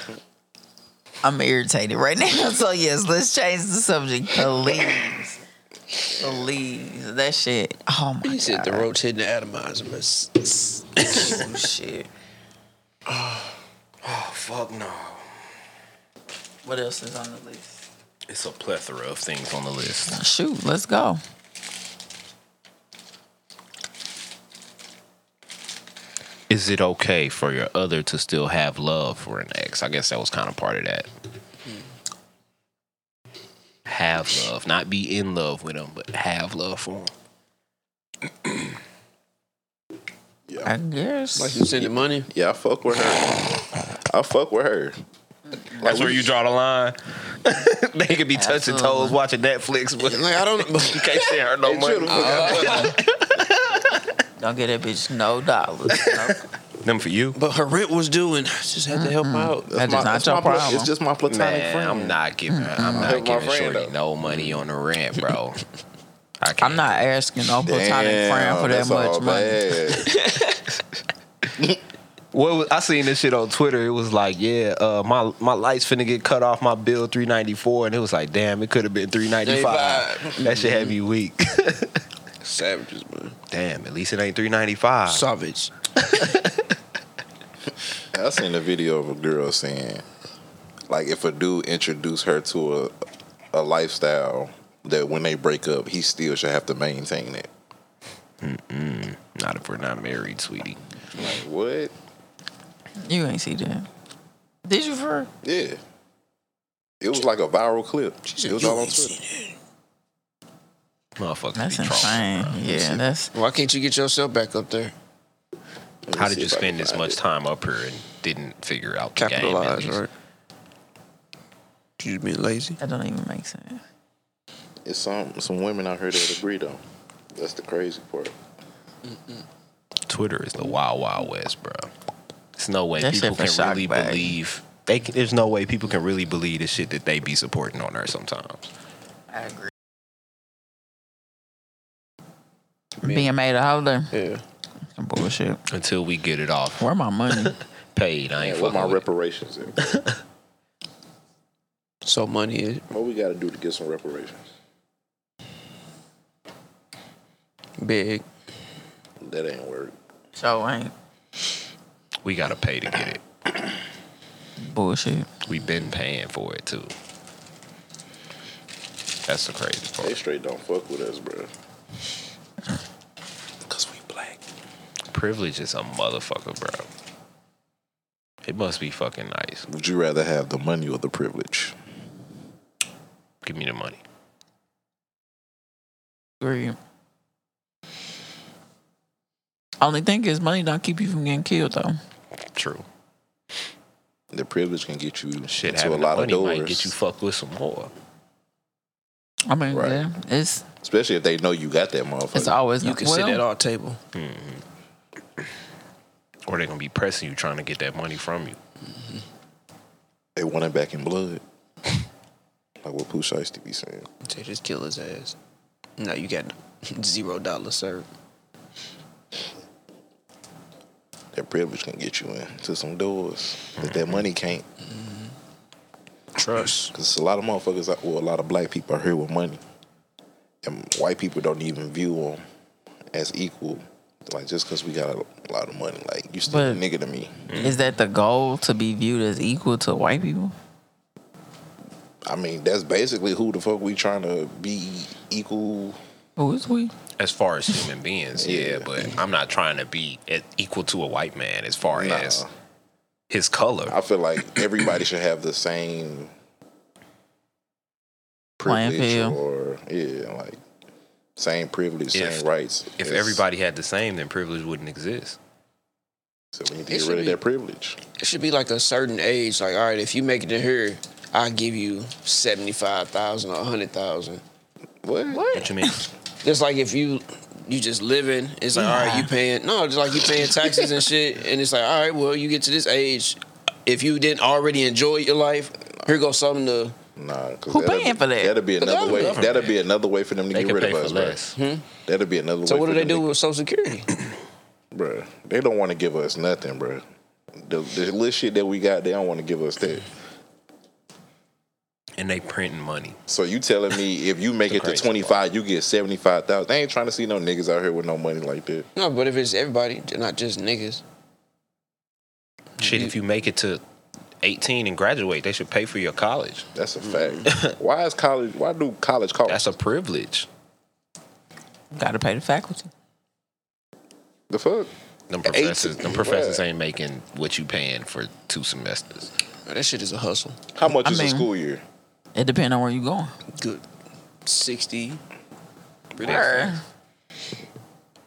B: I'm irritated right now. So yes, let's change the subject, please. Please, that shit. Oh my
E: He said the
B: God.
E: roach hitting the atomizer, bro. S- s-
B: Oh, shit.
A: Oh,
C: fuck no.
B: What else is on the list?
C: It's a plethora of things on the list.
B: Shoot, let's go.
C: Is it okay for your other to still have love for an ex? I guess that was kind of part of that. Have love, not be in love with them, but have love for them.
B: I guess.
E: Like you sending money?
A: Yeah, I fuck with her. I fuck with her.
C: That's where you draw the line. they could be touching
B: Absolutely.
C: toes, watching Netflix, but
E: Like I don't.
C: you can't send her no
A: Hey, chill the
C: money.
A: fuck
B: Uh,
A: out.
B: Don't get that bitch no dollars. No.
C: Them for you.
E: But her rent was due, and I just had to help out.
B: That is
A: My-
B: not
A: it's
B: your
A: my pla-
B: problem.
A: It's just my platonic
C: Man,
A: friend.
C: I'm not giving. I'm
A: Hit
C: not
A: Mm-hmm. my
C: giving
A: friend
C: Shorty
A: up.
C: no money on the rent, bro. I can't.
B: I'm not asking no platonic
A: Damn,
B: friend for that
A: that's all
B: much money.
A: bad.
C: What was, I seen this shit on Twitter. It was like, yeah, uh, my my lights finna get cut off my bill three ninety four, and it was like, damn, it could have been three ninety five.
E: 95.
C: That shit had me weak.
E: Savages, man.
C: damn, at least it ain't three ninety five.
E: Savage.
A: I seen a video of a girl saying, like, if a dude introduced her to a, a lifestyle that when they break up, he still should have to maintain it.
C: Not if we're not married, sweetie.
A: Like, what?
B: You ain't see that. Did you for?
A: Yeah. It was like a viral clip. It was all on Twitter.
C: Motherfucker,
B: That's
C: be trolling.
B: insane. Yeah, that's
E: Why can't you get yourself back up there?
A: Let me
C: How did
A: see
C: you
A: if I can
C: spend this
A: find
C: much
A: it.
C: time up here and didn't figure out the game? at
E: Capitalize,
C: least?
E: right? You just being lazy.
B: That don't even make sense.
A: It's some some women out here that agree though. That's the crazy part.
C: Twitter is the wild, wild west, bro. There's no way
B: That shit
C: people
B: for
C: can
B: shock
C: really
B: value.
C: believe. They can, there's no way people can really believe the shit that they be supporting on there sometimes.
B: I agree. Being made a holder.
E: Yeah.
B: Some bullshit.
C: Until we get it off
B: Where my money?
C: paid, I ain't
A: Man, what my
C: fucking with it.
A: reparations? At?
E: So money is
A: What we got to do to get some reparations?
E: big.
A: That ain't work.
B: so ain't
C: We gotta pay to get it.
B: bullshit.
C: We been paying for it too. That's the crazy
A: They
C: part.
A: straight don't fuck with us, bro. Cause we black.
C: Privilege is a motherfucker, bro. It must be fucking nice.
A: Would you rather have the money or the privilege?
C: Give me the money.
B: Agree. Only thing is money don't keep you from getting killed though.
C: True.
A: The privilege can get you
C: Shit,
A: to a
C: having
A: lot
C: the
A: of
C: money
A: doors,
C: might get you fucked with some more.
B: I mean,
A: Right.
B: yeah, it's
A: especially if they know you got that motherfucker.
B: it's always
E: You can sit at
B: well,
E: our table.
C: Or they gonna be pressing you trying to get that money from you.
A: they want it back in blood. Like what Pooh to be saying.
E: They just kill his ass. No, you got zero dollars served.
A: That privilege can get you into some doors that
C: Mm-hmm.
A: that money can't.
E: Trust.
A: Because a lot of motherfuckers, out- well, a lot of black people are here with money. And white people don't even view them as equal. Like, just because we got a lot of money, like, you still a
B: But-
A: nigga to me.
B: Is that the goal to be viewed as equal to white people?
A: I mean, that's basically who the fuck we trying to be equal.
B: Who is we?
C: As far as human beings, yeah,
A: Yeah.
C: but I'm not trying to be at equal to a white man as far
A: Nah.
C: as his color.
A: I feel like everybody should have the same
B: Playing
A: privilege
B: field.
A: or, yeah, like, same privilege,
C: If-
A: same rights.
C: if
A: It's-
C: everybody had the same, then privilege wouldn't exist.
A: So we need to
E: It
A: get
E: should
A: rid of
E: be-
A: that privilege.
E: It should be like a certain age. Like, all right, if you make it to here, I'll give you seventy five thousand or a hundred thousand.
A: What?
C: What you mean?
E: Just like if you you just living, it's like all right, you paying no, just like you paying taxes and shit, and it's like all right, well, you get to this age, if you didn't already enjoy your life, here goes something to
A: Nah, because
B: Who paying for that?
A: That'll be another way.
E: government.
A: That'll be another way for them to
C: They
A: get
C: could
A: rid
C: pay
A: of
C: for
A: us, Hmm. bro.
C: less.
A: That'll be another.
E: So
A: way
E: what
A: for
E: do they
A: them
E: do
A: to-
E: with Social Security?
A: bro? They don't want to give us nothing, bro. The, the little shit that we got, they don't want to give us that.
C: And they printing money.
A: So you telling me if you make it to
C: crazy
A: twenty five, you get seventy five thousand? They ain't trying to see no niggas out here with no money like that.
E: No, but if it's everybody, not just niggas.
A: Hmm.
C: Shit, if you make it to 18 and graduate, they should pay for your college.
A: That's a fact. why is college? Why do college cost?
C: Mm-hmm. That's a privilege.
B: Got to pay the faculty.
A: the fuck.
C: Them professors, them
A: 18,
C: professors
A: bruh.
C: ain't making what you paying for two semesters.
E: That shit is a hustle.
A: How much
B: I
A: is a
B: mean-
A: school year?
B: It depends on where you going.
E: Good. 60.
B: Where?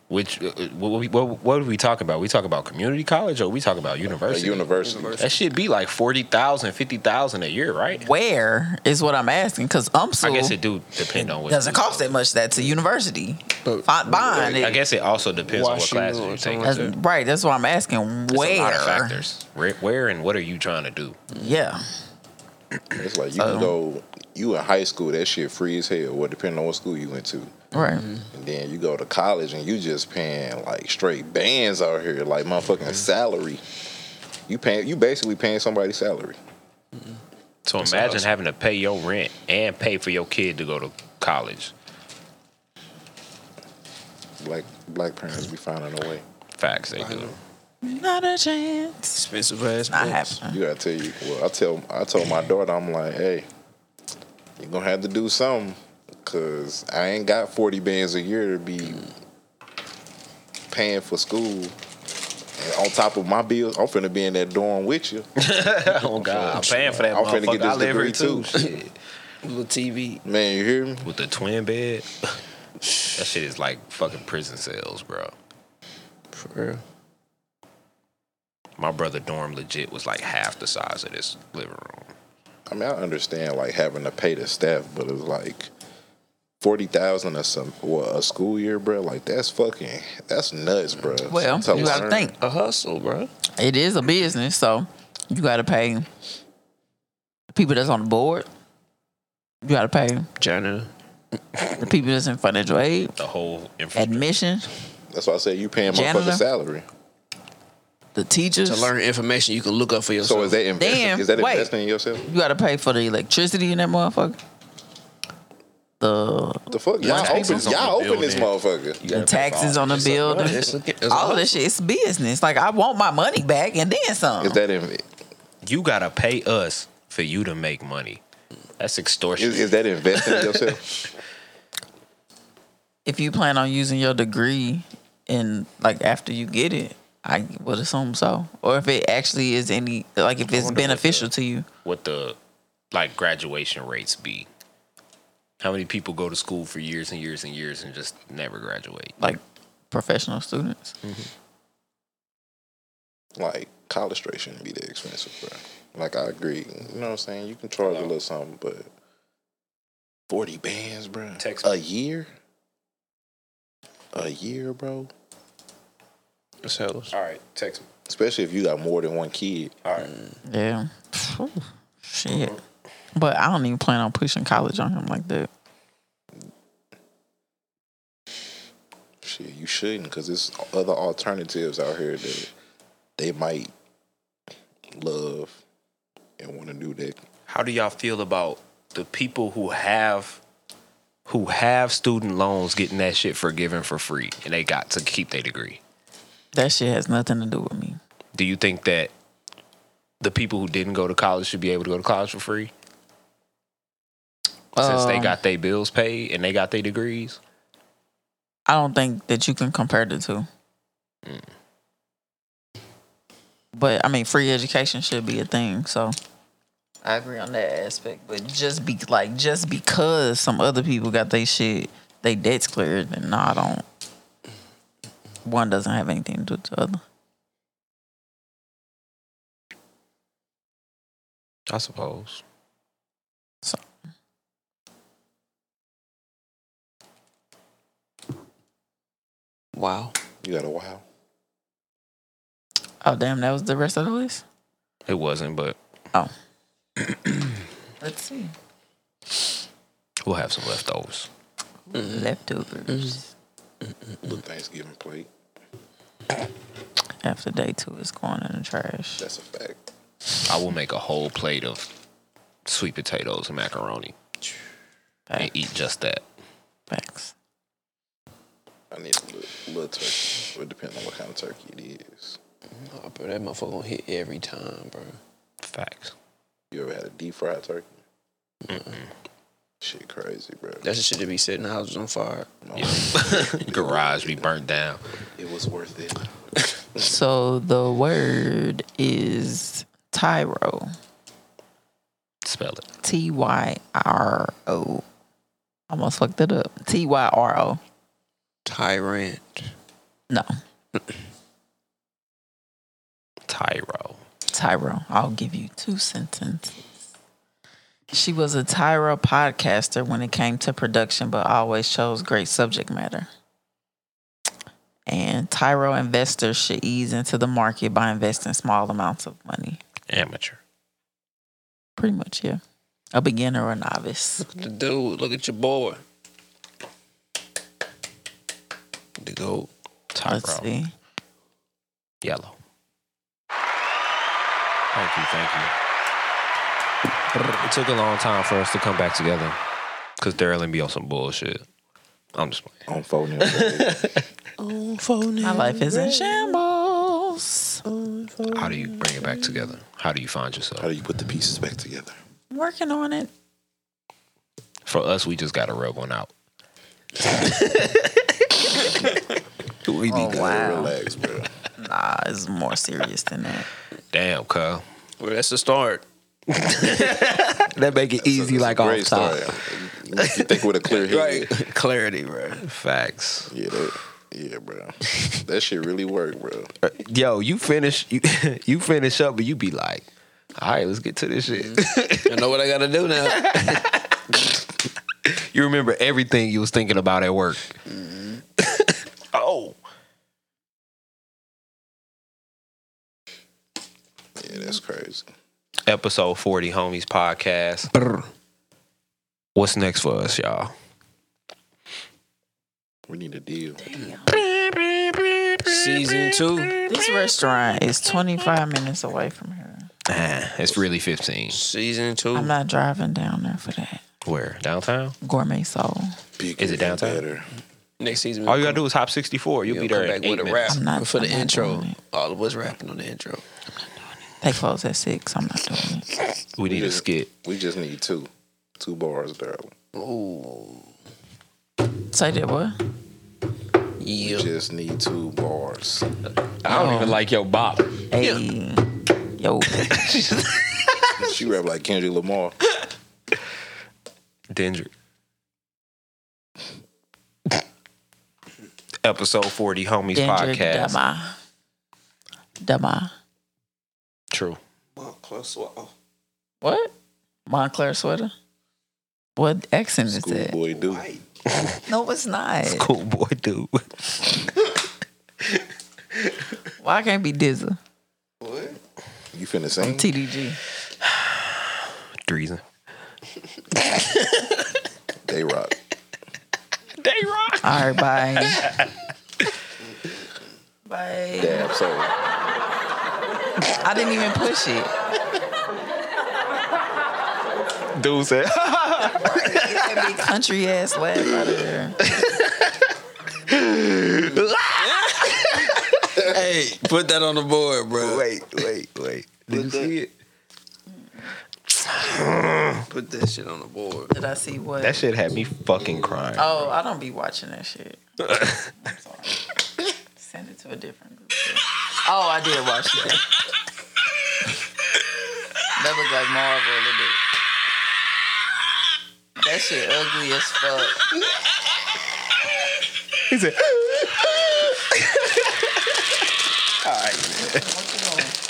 C: Which uh, uh, what, we- what, what are we talking about? We talk about community college or we talk about
A: A
C: university?
A: Uh, university.
C: That should be like 40,000, 50,000 a year, right?
B: Where is what I'm asking? Because
C: I guess
B: UMSU
C: it do depend on what
B: doesn't cost that much. That's a university.
E: But-
B: Font bond.
C: I
B: it-
C: guess it also depends on what
E: Washington
C: classes
E: or
C: you take.
E: something
B: that's,
C: There's
B: right. That's what I'm asking. Where?
C: a lot of factors. Where, where and what are you trying to do?
B: Yeah.
A: It's like you can go. You in high school, that shit free as hell. Well, depending on what school you went to.
B: Right.
A: And then you go to college and you just paying like straight bands out here, like motherfucking salary. You paying, you basically paying somebody's salary.
C: So imagine having to pay your rent and pay for your kid to go to college.
A: Black black parents be finding a way.
C: Facts, they do.
B: Not a chance.
E: Expensive ass.
B: Not
E: books.
B: happening.
A: You gotta tell you. Well, I tell I told my daughter, I'm like, hey, you're gonna have to do something, cause I ain't got forty bands a year to be paying for school. And on top of my bills, I'm finna be in that dorm with you.
C: Oh God, I'm paying for that
A: I'm finna
C: motherfucker.
A: get this
C: I live
A: degree
C: here too.
A: too.
C: Shit.
E: Little TV.
A: Man, you hear me?
C: With the twin bed, that shit is like fucking prison cells, bro.
E: For real.
C: My brother dorm legit was like half the size of this living room.
A: I mean, I understand like having to pay the staff, but it's like forty thousand or some what, a school year, bro. Like that's fucking that's nuts, bro.
B: Mm-hmm. Well,
A: To
B: you got to
A: learn.
B: think
E: A hustle, bro.
B: it is a business, so you got to pay the people that's on the board. You got to pay
E: Janitor.
B: the people that's in financial aid,
C: The whole infrastructure.
B: admission,
A: That's why I said you paying
B: Janitor?
A: motherfucking salary.
B: the teachers.
E: To learn information you can look up for yourself.
A: So is that investing?
B: Damn,
A: is that
B: wait.
A: investing in yourself?
B: You got to pay for the electricity in that motherfucker. The,
A: The fuck, y'all
E: Taxes
A: open,
E: on the
A: y'all open this motherfucker.
B: the taxes on the building.
E: It's a- it's a
B: all of this shit, it's business. Like I want my money back and then some.
A: Is that in,
C: You gotta pay us for you to make money. That's extortion.
A: is, is that investing in yourself?
B: if you plan on using your degree and like after you get it, I would assume so. Or if it actually is any like if it's beneficial to you.
C: what the like graduation rates be? How many people go to school for years and years and years and just never graduate?
B: like professional students.
A: like college straight shouldn't be that expensive, bro. Like I agree. You know what I'm saying? You can charge a little something, but forty bands, bro.
C: Text
A: a year. A year, bro.
C: All right, text me.
A: Especially if you got more than one kid. Mm-hmm.
B: Yeah. Phew, Shit. But I don't even plan on pushing college on him like that.
A: Shit, you shouldn't, because there's other alternatives out here that they might love and want to do that.
C: How do y'all feel about the people who have who have student loans getting that shit forgiven for free and they got to keep their degree?
B: That shit has nothing to do with me.
C: Do you think that the people who didn't go to college should be able to go to college for free? Since they
B: Um,
C: got their bills paid and they got their degrees?
B: I don't think that you can compare the two. But I mean, free education should be a thing. So I agree on that aspect. But just be like, just because some other people got their shit, they debts cleared, then no, I don't. One doesn't have anything to do with the other.
C: I suppose.
B: So
E: Wow.
A: You got a wow.
B: Oh damn, that was the rest of the list.
C: It wasn't, but
B: Oh, let's see
C: we'll have some leftovers.
B: leftovers
A: Little Thanksgiving plate.
B: after day two is going in the trash.
A: That's a fact.
C: I will make a whole plate of sweet potatoes and macaroni and eat just that.
B: Facts.
A: I need a little, little turkey. Well, depending on what kind of turkey it is.
E: Nah, bro, that motherfucker gonna hit every time, bro.
C: Facts.
A: You ever had a deep fried turkey? Shit, crazy, bro.
E: That's the shit that be setting houses on fire.
C: Garage be burnt down.
A: It was worth it.
B: So the word is tyro.
C: Spell it.
B: T Y R O. Almost fucked it up. T Y R O.
E: Tyrant.
B: No,
C: Tyro.
B: Tyro. I'll give you two sentences. She was a Tyro podcaster when it came to production, but always chose great subject matter. And Tyro investors should ease into the market by investing small amounts of money.
C: Amateur.
B: Pretty much, yeah. A beginner or a novice.
E: The dude, look at your boy. The goat.
B: Let's
C: Tyro.
B: see.
C: Yellow. Thank you. Thank you. It took a long time for us to come back together because Daryl and be on some bullshit. I'm just playing.
A: I'm phoning. it.
B: My life is in shambles.
C: How do you bring it back together? How do you find yourself?
A: How do you put the pieces back together?
B: Working on it.
C: For us, we just got to rub one out.
A: We
C: Oh,
A: need to relax, bro.
B: Nah, ah, it's more serious than that.
C: Damn, cuz.
E: Well, that's the start.
C: That make it easy, like
A: Great story. You think with a clear head.
E: Clarity, bro.
C: Facts.
A: Yeah, that, Yeah, bro. that shit really worked, bro.
C: Yo, you finish you, you finish up, but you be like, all right, let's get to this shit.
E: I know what I gotta do now.
C: you remember everything you was thinking about at work. oh,
A: Yeah, that's crazy.
C: episode forty, homies podcast. What's next for us, y'all?
A: We need a deal.
E: Season two.
B: This restaurant is 25 minutes away from here.
C: Ah, it's really fifteen.
E: Season two.
B: I'm not driving down there for that.
C: Where downtown?
B: Gourmet Soul.
A: Bigger
C: Is it downtown?
A: Better.
E: Next season.
C: All you gotta do is hop sixty four. You'll
E: We'll
C: be
E: come
C: there in
E: back
C: eight
E: with a
C: minutes.
E: rap
B: I'm not-
E: for the
B: I'm not
E: intro.
B: doing it.
E: All of us rapping on the intro.
B: They close at six. I'm not doing it.
C: We need a
A: just-
C: skit.
A: We just need two. Two bars, darling.
E: Ooh.
B: Say that what?
E: Yeah.
A: Just need two bars.
C: I don't even like your bop.
B: Hey. Yo.
A: She rap like Kendrick Lamar.
C: Dendrick. Episode 40 Homies
B: Kendrick
C: Podcast.
B: Dama. Dama.
C: True.
B: What? Montclair sweater? What accent is that?
A: Schoolboy do.
B: No, it's not.
C: Cool boy dude.
B: Why can't it be Dizza?
A: You finna sing?
B: TDG.
C: Dreesen.
A: They rock.
B: All right, bye. bye.
A: Damn, so.
B: I didn't even push it.
C: Dude said,
B: That big country ass laugh out of there.
E: Hey, put that on the board, bro.
C: wait, wait, wait. Did you see it?
E: Put that shit on the board.
B: Did I see what?
C: That shit had me fucking crying.
B: oh, I don't be watching that shit. I'm sorry. Send it to a different group. chat. Oh, I did watch that. that looked like Marvel a little bit. That shit ugly as fuck.
C: He said,
B: What you doing?